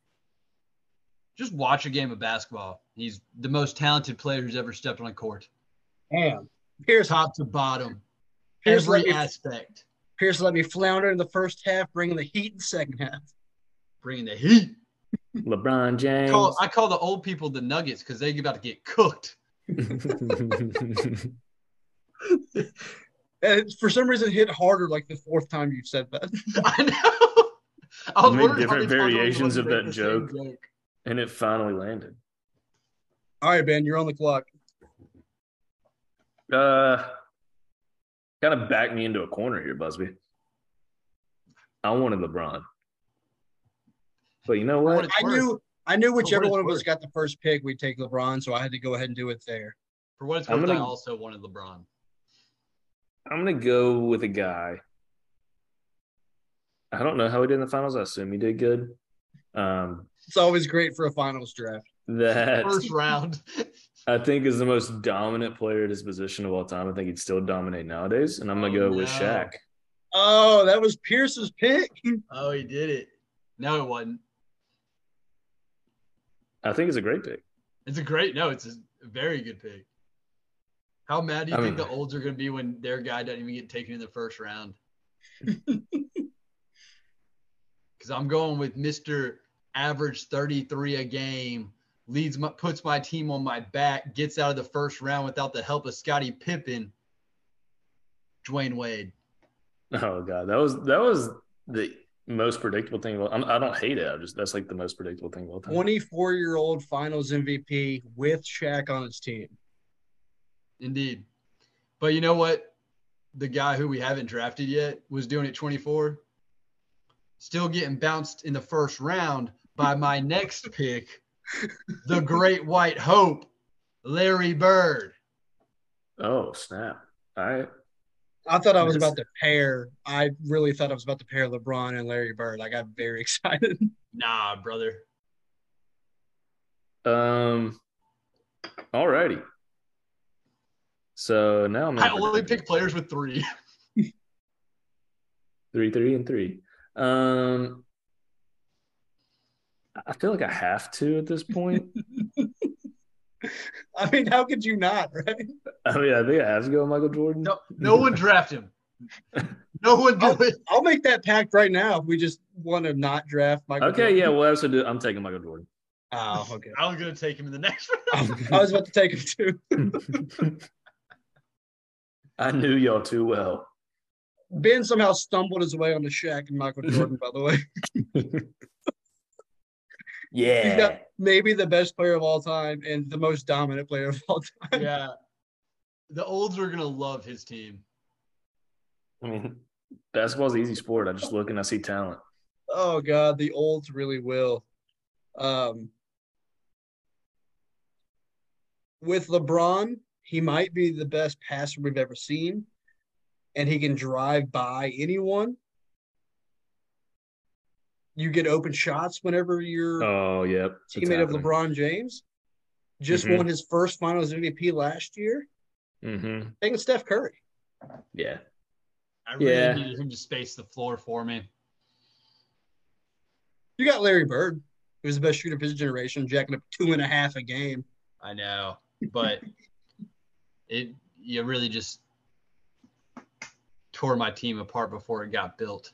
just watch a game of basketball. He's the most talented player who's ever stepped on a court, Damn. Pierce, top to bottom, Pierce, every let me, aspect, Pierce let me flounder in the first half, bringing the heat in the second half. bringing the heat. LeBron James. Call, I call the old people the Nuggets because they're about to get cooked. And it- for some reason, it hit harder like the fourth time you've said that. I know. I You made wondering how different many times I was variations of gonna that make the same joke. and it finally landed. All right, Ben, you're on the clock. Uh, kind of backed me into a corner here, Busby. I wanted LeBron, but you know what? wanted- I knew, I knew whichever it's one of us worth. got the first pick, we'd take LeBron. So I had to go ahead and do it there. For what it's I'm worth, I gonna- also wanted LeBron. I'm gonna go with a guy. I don't know how he did in the finals. I assume he did good. Um, It's always great for a finals draft. that First round. I think is the most dominant player at his position of all time. I think he'd still dominate nowadays, and I'm gonna Oh, go with no. Shaq. Oh, that was Pierce's pick. Hmm. Oh, he did it. No, it wasn't. I think it's a great pick. It's a great. No, it's a very good pick. How mad do you I think mean- the olds are going to be when their guy doesn't even get taken in the first round? Because I'm going with Mister Average 33 a game, leads my, puts my team on my back, gets out of the first round without the help of Scottie Pippen, Dwayne Wade. Oh god, that was that was the most predictable thing. Of all, I'm, I don't hate it. I just that's like the most predictable thing of all time. 24 year old finals MVP with Shaq on his team. Indeed. But you know what? The guy who we haven't drafted yet was doing it 24. Still getting bounced in the first round by my next pick, the great white hope, Larry Bird. Oh snap! All right, I thought I was about to pair. I really thought I was about to pair LeBron and Larry Bird. I got very excited. Nah, brother. um, all righty. So now I'm I gonna only predict pick players with three. three, three, and three. Um, I feel like I have to at this point. I mean, how could you not, right? I mean, I think I have to go with Michael Jordan. No, no one draft him. No one do it. I'll make that pact right now if we just want to not draft Michael. Okay, yeah, we'll also do. I'm taking Michael Jordan. Oh, okay. I was going to take him in the next round. I was about to take him too. I knew y'all too well. Ben somehow stumbled his way on the Shaq and Michael Mm-hmm. Jordan, by the way. Yeah. Maybe the best player of all time and the most dominant player of all time. Yeah. The olds are going to love his team. I mean, basketball's an easy sport. I just look and I see talent. Oh God, the olds really will. Um, with LeBron, he might be the best passer we've ever seen, and he can drive by anyone. You get open shots whenever you're Oh, yep. It's teammate of happening. LeBron James. Just Mhm. won his first Finals MVP last year. Mm-hmm. Taking Steph Curry. Yeah. I really Yeah. needed him to space the floor for me. You got Larry Bird, who was the best shooter of his generation, jacking up two and a half a game. I know, but it you really just tore my team apart before it got built.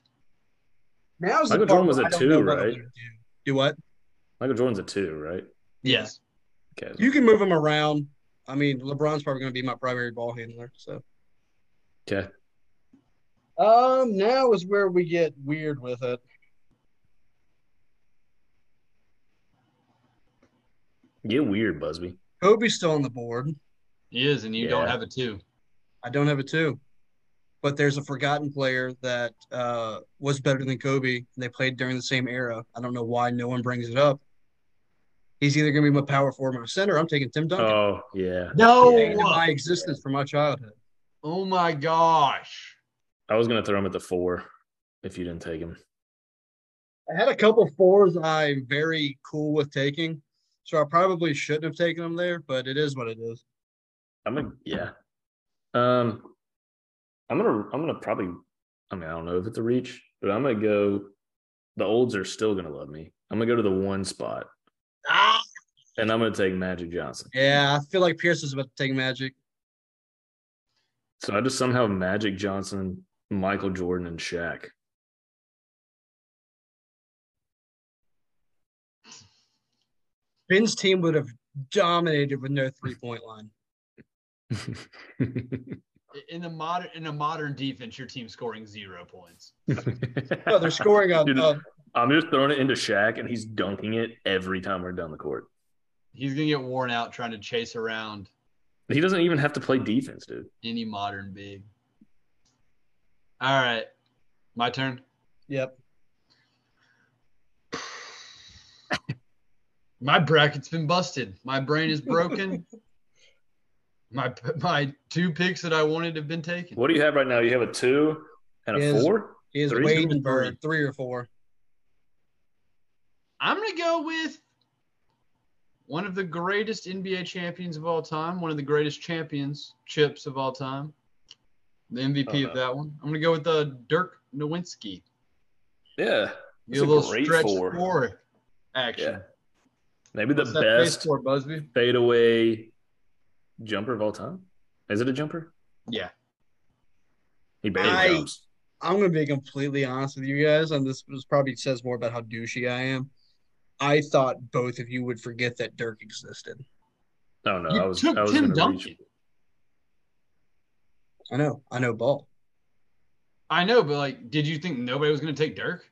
Now's the Michael part Jordan was where a I don't two, know what I'm right? gonna do. Do what? Michael Jordan's a two, right? Yes. Okay. You can move him around. I mean, LeBron's probably going to be my primary ball handler. So, Okay. um, now is where we get weird with it. Get weird, Busby. Kobe's still on the board. He is, and you don't Yeah. have a two. I don't have a two, but there's a forgotten player that uh, was better than Kobe. And they played during the same era. I don't know why no one brings it up. He's either going to be my power forward or my center. I'm taking Tim Duncan. Oh, yeah. No. Taking my existence from my childhood. Oh my gosh. I was going to throw him at the four if you didn't take him. I had a couple fours I'm very cool with taking, so I probably shouldn't have taken them there, but it is what it is. I'm a, yeah. Um, I'm gonna I'm gonna probably I mean I don't know if it's a reach, but I'm gonna go. The olds are still gonna love me. I'm gonna go to the one spot, Ah, and I'm gonna take Magic Johnson. yeah, I feel like Pierce is about to take Magic. So I just somehow Magic Johnson, Michael Jordan, and Shaq. Ben's team would have dominated with no three point line. In the modern in a modern defense, your team scoring zero points. No, they're scoring a, Dude, a I'm just throwing it into Shaq, and he's dunking it every time we're down the court. He's gonna get worn out trying to chase around He doesn't even have to play defense, dude. any modern big. All right, my turn. yep. My bracket's been busted. My brain is broken. my my two picks that I wanted have been taken. What do you have right now? You have a two and a Yes. four. He is Three's waiting gonna for be a three or four. I'm gonna go with one of the greatest NBA champions of all time, one of the greatest champions chips of all time, the MVP Uh-huh. of that one. I'm gonna go with uh, Dirk Nowitzki. Yeah, Get That's a great four. four action. Yeah. maybe the What's that face best for, Busby. fadeaway jumper of all time. Is it a jumper? Yeah, He barely I- jumps. I'm gonna be completely honest with you guys, and this was probably says more about how douchey I am. I thought both of you would forget that Dirk existed. I don't know. you I was, took I was Tim gonna Duncan. reach. I know, I know ball. I know, but like, did you think nobody was gonna take Dirk?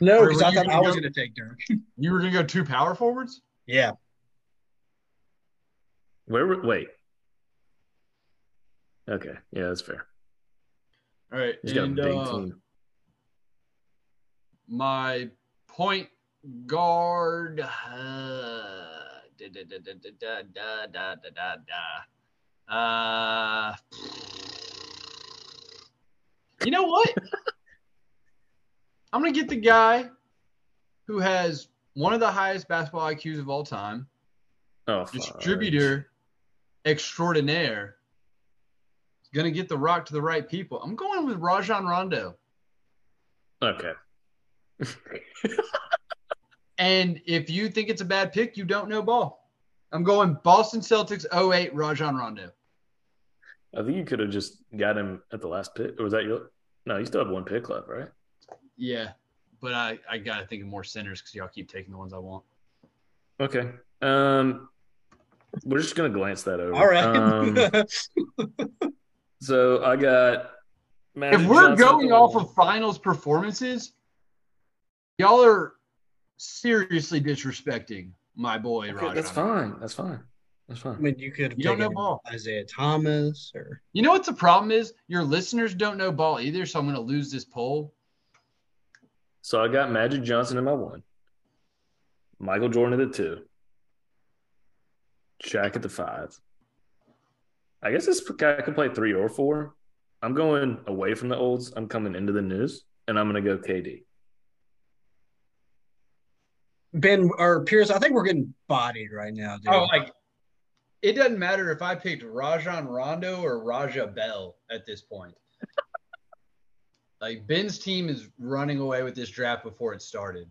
No, Where because were I you thought gonna I was go? gonna take Dirk. You were gonna go two power forwards? Yeah. Where? were- Wait. Okay. Yeah, that's fair. All right, He's got and, a big uh, team. my point guard. Uh, da, da, da, da, da, da, da, da, da, da, da. Uh, you know what? I'm going to get the guy who has one of the highest basketball IQs of all time, Oh, fudge. distributor extraordinaire. He's going to get the rock to the right people. I'm going with Rajon Rondo. Okay. And if you think it's a bad pick, you don't know ball. I'm going Boston Celtics 08 Rajon Rondo. I think you could have just got him at the last pick. Or was that your? No, you still have one pick left, right? Yeah. But I, I got to think of more centers because y'all keep taking the ones I want. Okay. Um, we're just gonna glance that over. All right. Um, so I got. Magic If we're Johnson at going the off one. of finals performances, y'all are seriously disrespecting my boy Okay, Rajon. that's fine. That's fine. That's I fine. mean, you could have You don't taken know ball. Isaiah Thomas or You know what the problem is? Your listeners don't know ball either, so I'm going to lose this poll. So I got Magic Johnson in my one, Michael Jordan at the two, Shaq at the five. I guess this guy could play three or four. I'm going away from the olds. I'm coming into the news, and I'm going to go KD. Ben or Pierce. I think we're getting bodied right now, dude. Oh, like it doesn't matter if I picked Rajon Rondo or Raja Bell at this point. like Ben's team is running away with this draft before it started.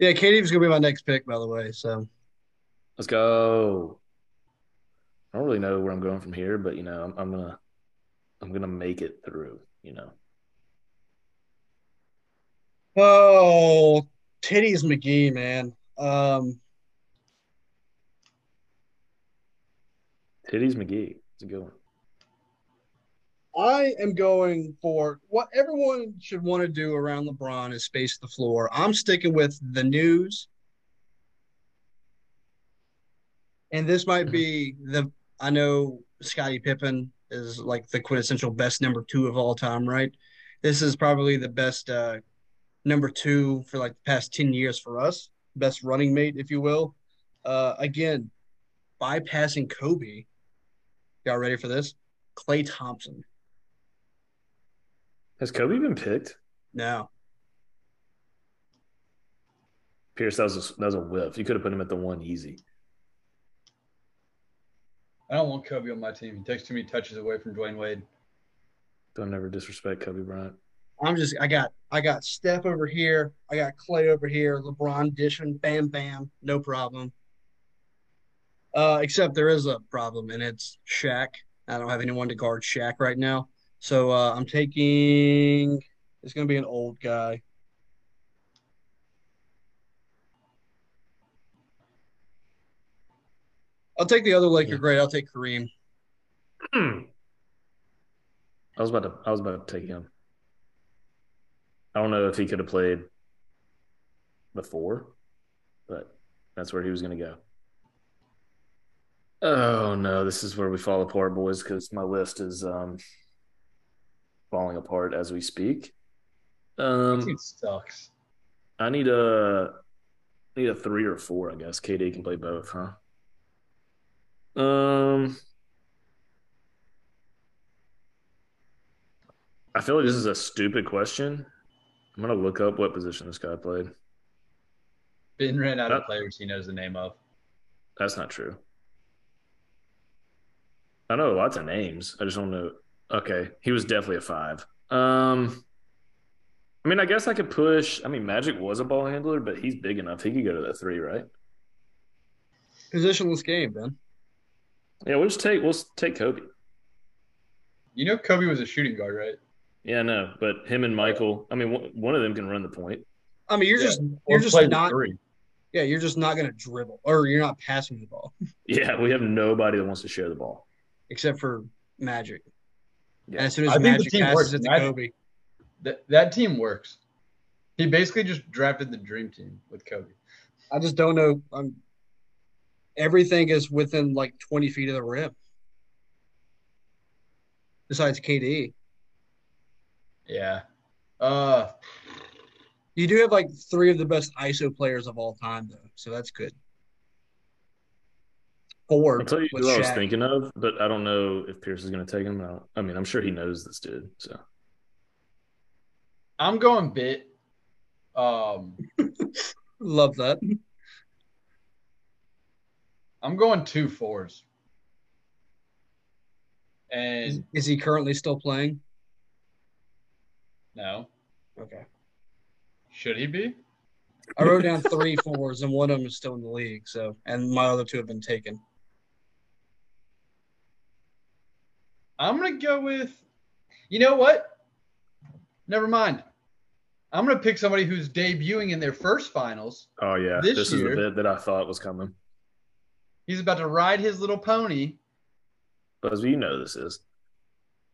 yeah, Katie was gonna be my next pick, by the way. So Let's go. I don't really know where I'm going from here, but you know, I'm, I'm gonna, I'm gonna make it through. You know, Oh titties McGee, man. Um Titties McGee. It's a good one. I am going for what everyone should want to do around LeBron is space the floor. I'm sticking with the news. And this might be the I know Scottie Pippen is like the quintessential best number two of all time, right? This is probably the best uh, number two for like the past 10 years for us, best running mate, if you will. Uh, again, bypassing Kobe. Y'all ready for this? Clay Thompson. Has Kobe been picked? No. Pierce, that was a, that was a whiff. You could have put him at the one easy. I don't want Kobe on my team. He takes too many touches away from Dwayne Wade. Don't ever disrespect Kobe Bryant. I'm just I got I got Steph over here, I got Clay over here, LeBron dishing, bam bam, no problem. Uh, except there is a problem, and it's Shaq. I don't have anyone to guard Shaq right now, so uh, I'm taking. It's gonna be an old guy. I'll take the other Laker Yeah. great. I'll take Kareem. I was about to. I was about to take him. I don't know if he could have played before, but that's where he was going to go. Oh no, this is where we fall apart, boys. Because my list is um, falling apart as we speak. Um, It sucks. I need a I need a three or four, I guess. KD can play both, huh? Um, I feel like this is a stupid question. I'm gonna look up what position this guy played. Ben ran out of Uh, players he knows the name of. That's not true. I know lots of names. I just don't know. Okay, he was definitely a five. Um, I mean, I guess I could push. I mean, Magic was a ball handler, but he's big enough. He could go to the three, right? Positionless game, Ben. Yeah, we'll just take we'll s- take Kobe. You know Kobe was a shooting guard, right? Yeah, I know, but him and Michael. I mean, one- one of them can run the point. I mean, you're Yeah. just Or you're just played the not three. yeah you're just not gonna dribble or you're not passing the ball Yeah, we have nobody that wants to share the ball. except for Magic. Yeah. And as soon I as think the Magic team passes works. it to Magic- Kobe, That that team works. He basically just drafted the dream team with Kobe. I just don't know. I'm, everything is within like 20 feet of the rim. Besides KD, Yeah. Uh you do have like three of the best ISO players of all time, though, so that's good. Four. I'll tell you with who I was Shaq. thinking of, but I don't know if Pierce is going to take him. I, don't- I mean, I'm sure he knows this dude. So I'm going bit. Um Love that. I'm going two fours. Is, And is he currently still playing? no. Okay. Should he be? I wrote down three fours, and one of them is still in the league. So, and my other two have been taken. I'm gonna go with you know what? Never mind. I'm gonna pick somebody who's debuting in their first finals. Oh yeah, This this, is the year- bit that I thought was coming. He's about to ride his little pony Busby, you know this is.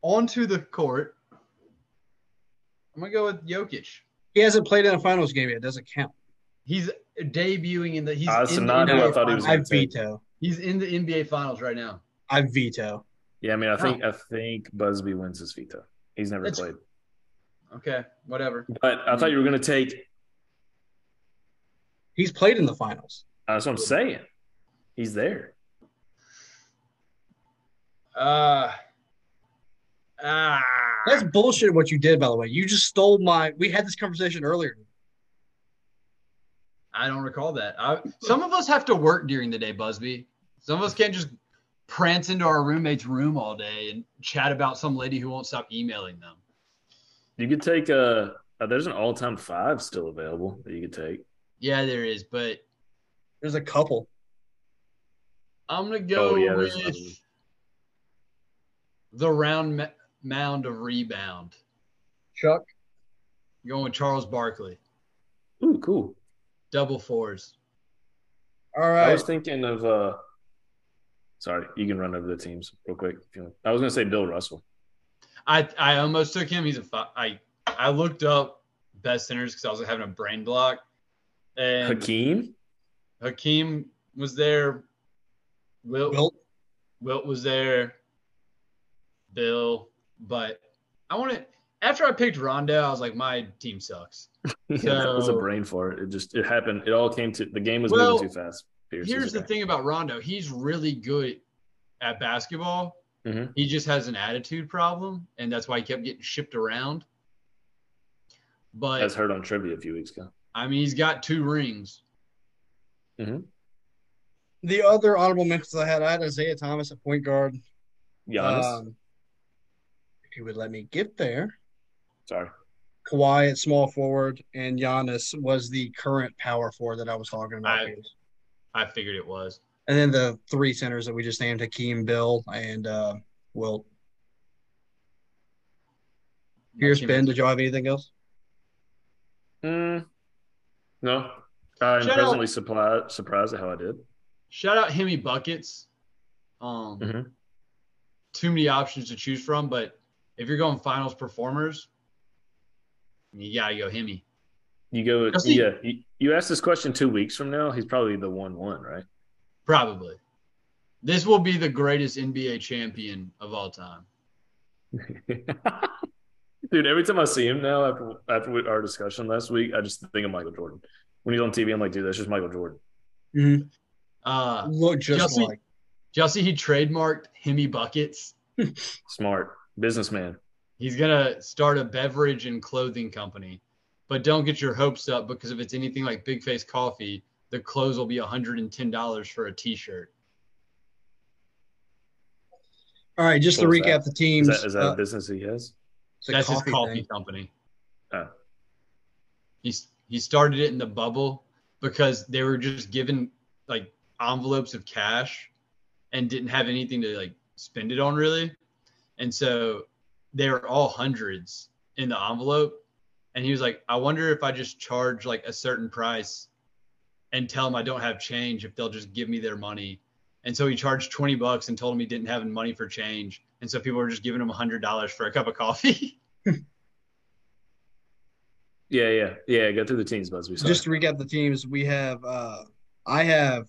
onto the court. I'm gonna go with Jokic. He hasn't played in a finals game yet. Doesn't count. He's debuting in the he's, Ah, so in, not the who I NBA, thought he was I gonna take. veto. he's in the NBA finals right now. I veto. Yeah, I mean, I think I think Busby wins his veto. He's never That's- played. Okay, whatever. But I thought you were going to take. He's played in the finals. uh, That's what I'm saying. He's there. Uh ah, That's bullshit what you did, by the way. You just stole my we had this conversation earlier. I don't recall that. I, some of us have to work during the day, Busby. Some of us can't just prance into our roommate's room all day and chat about some lady who won't stop emailing them. You could take a. Uh, there's an all-time five still available that you could take. Yeah, there is, but There's a couple. I'm gonna go Oh, yeah, there's another one. with the round ma- mound of rebound. Chuck. Going with Charles Barkley, Ooh, cool. double fours. All I right. was thinking of uh sorry, you can run over the teams real quick. If you want. I was gonna say Bill Russell. I I almost took him. He's a fi- I I looked up best centers because I was having a brain block, and Hakeem, Hakeem? was there. Wilt, Wilt Wilt. was there. Bill, but I want to. After I picked Rondo, I was like, my team sucks. Yeah, that was a So- brain fart. It just it happened. It all came to the game was Well, moving too fast. Pierce, Here's it's the okay. thing about Rondo. He's really good at basketball. Mhm. He just has an attitude problem, and that's why he kept getting shipped around. But As heard on trivia a few weeks ago. I mean, he's got two rings. Mhm. The other honorable mentions I had, I had Isaiah Thomas at point guard. Giannis. Um, if you would let me get there, Sorry. Kawhi at small forward and Giannis was the current power forward that I was talking about. I- I figured it was. and then the three centers that we just named Hakeem, Bill, and uh, Wilt. Here's Ben. Did y'all have anything else? Mm, no. I'm Shut up. presently suppli- surprised at how I did. Shout out Hemi Buckets. Um, Mhm. Too many options to choose from, but if you're going finals performers, you gotta go Hemi. You go. Now, see- Yeah. You, you ask this question two weeks from now. He's probably the one one, right? Probably. This will be the greatest NBA champion of all time. Dude, every time I see him now after after we- our discussion last week, I just think of Michael Jordan. When he's on TV, I'm like, dude, that's just Michael Jordan. Mm-hmm. Uh, Look just Justin- like did y'all see he trademarked Hemi Buckets? Smart businessman. He's gonna start a beverage and clothing company, but don't get your hopes up because if it's anything like Big Face Coffee, the clothes will be $110 for a T-shirt. All right, just to What was recap the Is teams. that, is that uh, a business he has? it's a That's coffee his coffee thing. company. Oh. He's he started it in the bubble because they were just given like envelopes of cash and didn't have anything to like spend it on really. And so they were all hundreds in the envelope. And he was like, I wonder if I just charge like a certain price and tell them I don't have change if they'll just give me their money. And so he charged 20 bucks and told him he didn't have money for change. And so people were just giving him $100 for a cup of coffee. Yeah, yeah, yeah. Go through the teams, Busby. Sorry. Just to recap the teams, we have uh I have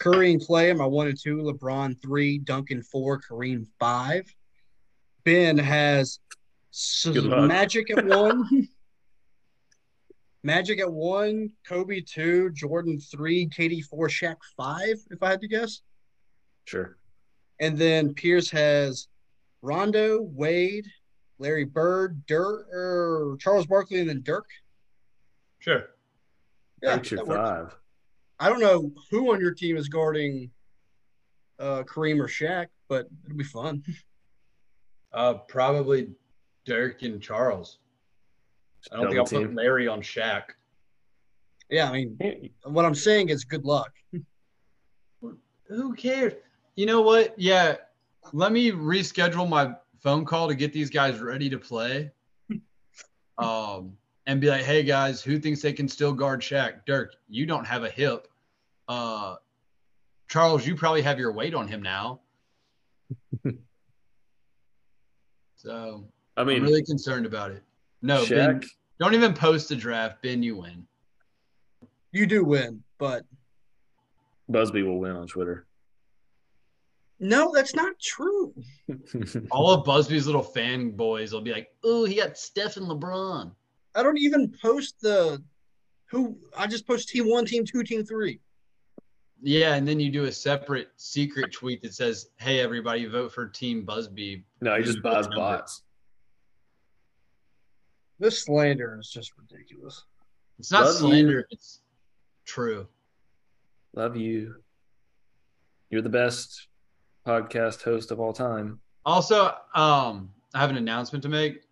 Curry and Clay at my one and two, LeBron three, Duncan four, Kareem five. Ben has s- Good luck. Magic at one. Magic at one, Kobe two, Jordan three, Katie four, Shaq five, if I had to guess. sure. And then Pierce has Rondo, Wade, Larry Bird, Dirk, er, Charles Barkley, and then Dirk. Sure. Yeah, Picture that works. five. I don't know who on your team is guarding uh, Kareem or Shaq, but it'll be fun. Uh, probably Dirk and Charles. I don't Double think I'll put team. Larry on Shaq. yeah, I mean, Yeah, what I'm saying is good luck. Who cares? You know what? Yeah, let me reschedule my phone call to get these guys ready to play. Um, and be like, hey guys, who thinks they can still guard Shaq? Dirk, you don't have a hip. Uh, Charles, you probably have your weight on him now. so I I mean, am really concerned about it. No, Ben, Shaq. don't even post the draft. Ben, you win. You do win, but Busby will win on Twitter. no, that's not true. All of Busby's little fanboys will be like, "Ooh, he got Steph and LeBron." I don't even post the who. I just post team one, team two, team three. Yeah, and then you do a separate secret tweet that says, "Hey, everybody, vote for Team Busby." no, he just buys bots. This slander is just ridiculous. It's not Love you. slander; it's true. Love you. You're the best podcast host of all time. Also, um, I have an announcement to make.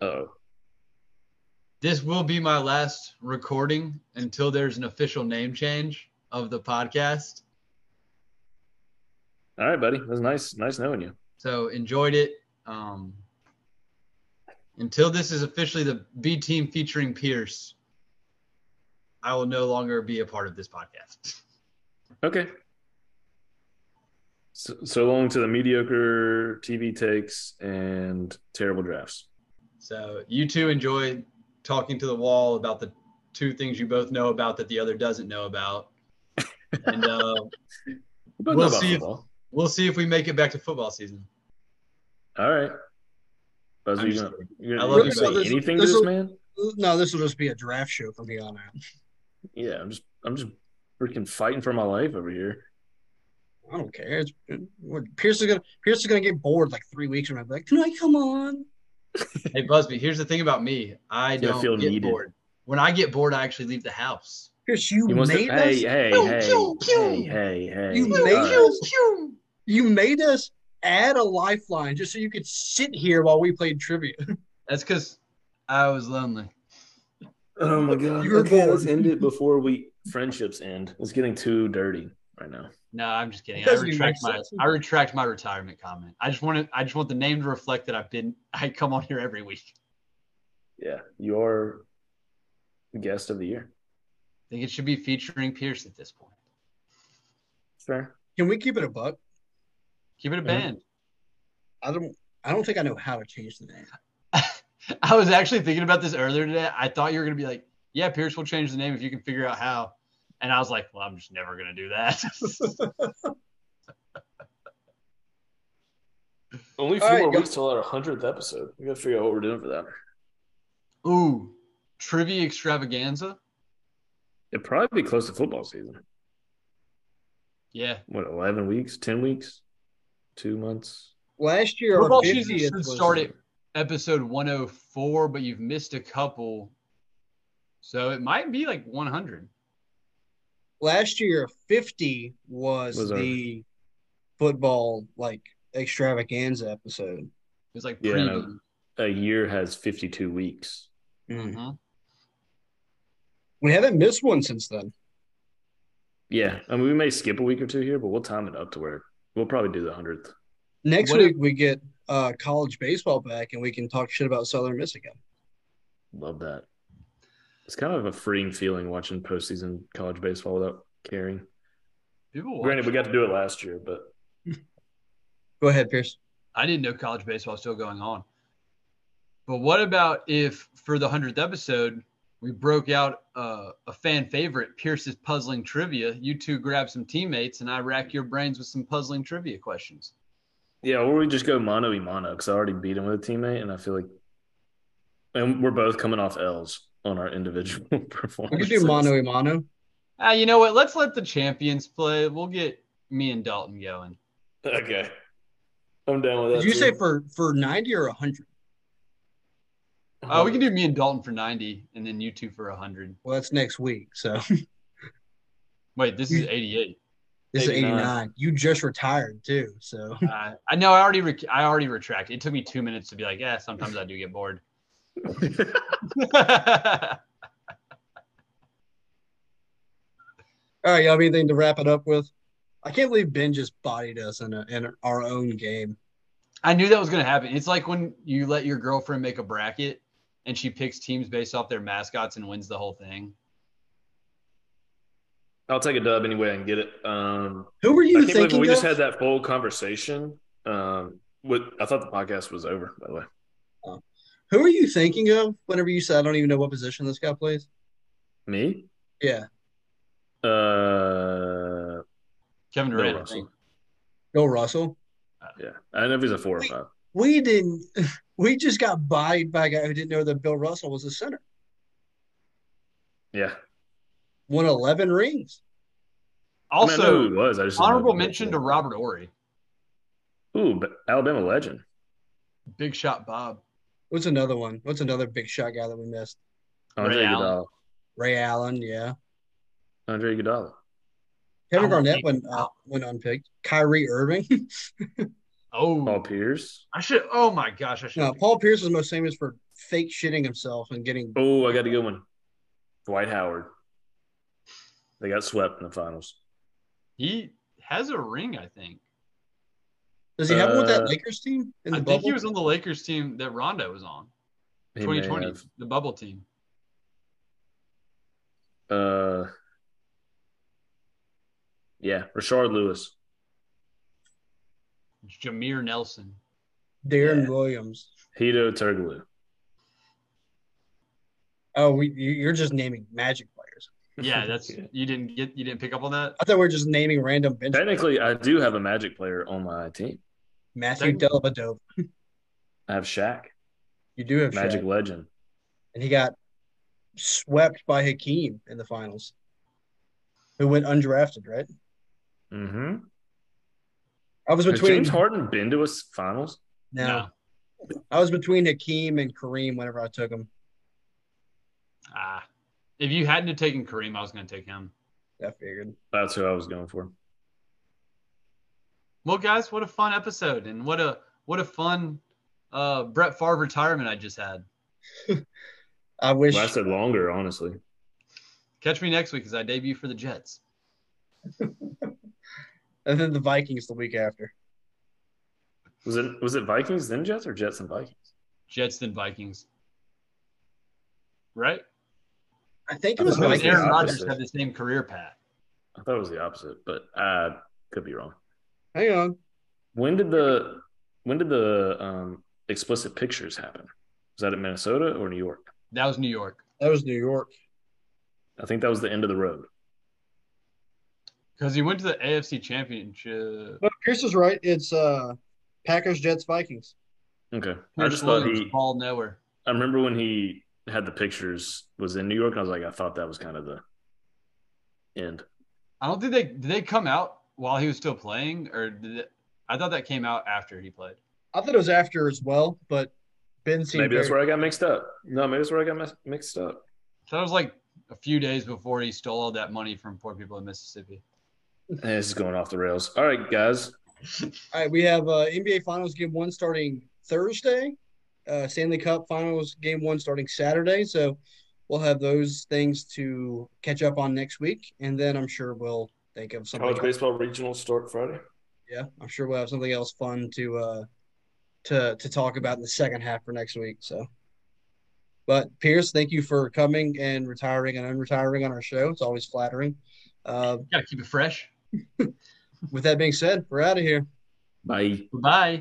Oh, This will be my last recording until there's an official name change of the podcast. all right, buddy. It was nice, nice knowing you. So enjoyed it. Um, until this is officially the B team featuring Pierce, I will no longer be a part of this podcast. Okay. So, so long to the mediocre TV takes and terrible drafts. So you two enjoy talking to the wall about the two things you both know about that the other doesn't know about. and uh, We both know We'll about see if- football. we'll see if we make it back to football season. All right. Buzz, I'm you just gonna, kidding. you're I gonna, love you're you, gonna say Buzz. anything to This this will- man? No, this will just be a draft show from here on out. Yeah, I'm just I'm just freaking fighting for my life over here. I don't care. It's, what- Pierce is gonna Pierce is gonna get bored like three weeks from now. Be Like, can I come on? hey Busby, here's the thing about me: I You don't feel get needed. bored. When I get bored, I actually leave the house. Chris, you He wants to, made us. hey, hey, Pew, hey, pew, pew. hey, hey, hey. You All made right. us. You made us add a lifeline just so you could sit here while we played trivia. That's because I was lonely. Oh my god. You were okay, born. let's end it before we friendships end. It's getting too dirty right now. No, I'm just kidding. It I doesn't even retract make my sense. I retract my retirement comment. I just want to I just want the name to reflect that I've been I come on here every week. Yeah, your guest of the year. I think it should be featuring Pierce at this point. Fair. Can we keep it a buck? Keep it a Mhm. band. I don't. I don't think I know how to change the name. I was actually thinking about this earlier today. I thought you were gonna be like, yeah, Pierce will change the name if you can figure out how. And I was like, well, I'm just never gonna do that. Only a few All right, more go- weeks till our hundredth episode. We gotta figure out what we're doing for that. Ooh, trivia extravaganza. It'd probably be close to football season. Yeah, What, eleven weeks, ten weeks, two months? Last year, Football our season 50th should was- start at- episode 104, but you've missed a couple, so it might be like 100. Last year, fifty was, Was our- the football like extravaganza episode. It's like Yeah, preview. A year has fifty-two weeks. Mm-hmm. Mm. Mhm. We haven't missed one since then. Yeah, I mean, we may skip a week or two here, but we'll time it up to where we'll probably do the hundredth. Next What if- week, we get uh, college baseball back, and we can talk shit about Southern Miss again. Love that. It's kind of a freeing feeling watching postseason college baseball without caring. People watch. Granted, we got to do it last year, but Go ahead, Pierce. I didn't know college baseball was still going on. But what about if for the 100th episode, we broke out uh, a fan favorite, Pierce's Puzzling Trivia? You two grab some teammates, and I rack your brains with some puzzling trivia questions. yeah, or we just go mono e mono because I already beat him with a teammate, and I feel like, and we're both coming off L's on our individual We could performances. do mono a mono. Ah, you know what? Let's let the champions play. We'll get me and Dalton going. Okay, I'm down with that. Did you too. say for for ninety or hundred? uh, Oh, we can do me and Dalton for 90 and then you two for 100. Well, that's next week. So Wait, this is 88. this is 89. eighty nine. You just retired too. So Uh, I know I already rec- I already retracted. It took me 2 minutes to be like, "Yeah, sometimes I do get bored." I all right, y'all have anything to wrap it up with? I can't believe Ben just bodied us in a, in our own game. knew that was going to happen. It's like when you let your girlfriend make a bracket and she picks teams based off their mascots and wins the whole thing. I'll take a dub anyway and get it. Um, Who were you I can't believe thinking we of? just had that full conversation. Um, with I thought the podcast was over. By the way, Who were you thinking of whenever you said I don't even know what position this guy plays? me, Yeah, uh, Kevin Bill Durant. I Russell. think. Bill Russell. Yeah, I don't know if he's a four or Wait. five. We didn't. We just got bodied by a guy who didn't know that Bill Russell was a center. Yeah, Won eleven rings. I mean, I know Also, who he was. I just didn't know honorable who he mention to was. Robert Ory. Ooh, but Alabama legend. Big shot Bob. What's another one? What's another big shot guy that we missed? Andre Ray Iguodala. Allen. Ray Allen. Yeah. Andre Iguodala. Kevin I don't Garnett think- went uh, went unpicked. Kyrie Irving. Oh, Paul Pierce. I should oh my gosh, I should no, Paul Pierce was most famous for fake shitting himself and getting. Oh, I got a good one. Dwight Howard. They got swept in the finals. He has a ring, I think. Does he have one with Uh, that Lakers team in I the think bubble? he was on the Lakers team that Rondo was on, He may 2020, have, the bubble team. uh, yeah, Rashard Lewis. Jameer Nelson. Darren Yeah. Williams. Hito Turgulu. Oh, we, you- you're just naming Magic players. Yeah, that's you didn't get you didn't pick up on that. I thought we were just naming random bench. Technically, I do have a Magic player on my team. Matthew Dellavedova. I have Shaq, You do have Magic Magic, legend. and he got swept by Hakeem in the finals, who went undrafted. Right? Mm-hmm. I was Has between James Harden been to a s- finals? no, I was between Hakeem and Kareem whenever I took him. Ah, If you hadn't have taken Kareem, I was going to take him. I figured. That's who I was going for. Well, guys, what a fun episode, and what a what a fun uh, Brett Favre retirement I just had. I wish. Lasted longer, honestly. Catch me next week as I debut for the Jets. And then the Vikings the week after. Was it was it Vikings then Jets or Jets and Vikings? Jets then Vikings. Right? I think I it was thought it was Because Vikings. Aaron the Rodgers opposite. had the same career path. I thought it was the opposite, but I could be wrong. Hang on. When did the when did the um, explicit pictures happen? Was that in Minnesota or New York? That was New York. That was New York. I think that was the end of the road. Because he went to the AFC Championship. But Pierce is right. It's uh, Packers, Jets, Vikings. Okay, I Pierce just thought Williams he. ball nowhere. I remember when he had the pictures was in New York. And I was like, I thought that was kind of the end. I don't think they did they come out while he was still playing, or did it, I thought that came out after he played. I thought it was after as well, but Ben seemed Maybe that's very- where I got mixed up. No, maybe that's where I got mis- mixed up. So that was like a few days before he stole all that money from poor people in Mississippi. Eh, This is going off the rails. All right, guys. All right, we have uh, NBA Finals Game One starting Thursday, uh, Stanley Cup Finals Game One starting Saturday. So we'll have those things to catch up on next week, and then I'm sure we'll think of something. College Else. baseball regional start Friday. Yeah, I'm sure we'll have something else fun to uh, to to talk about in the second half for next week. So, but Pierce, thank you for coming and retiring and unretiring on our show. It's always flattering. Uh, Gotta keep it fresh. with that being said, we're out of here. Bye. Bye.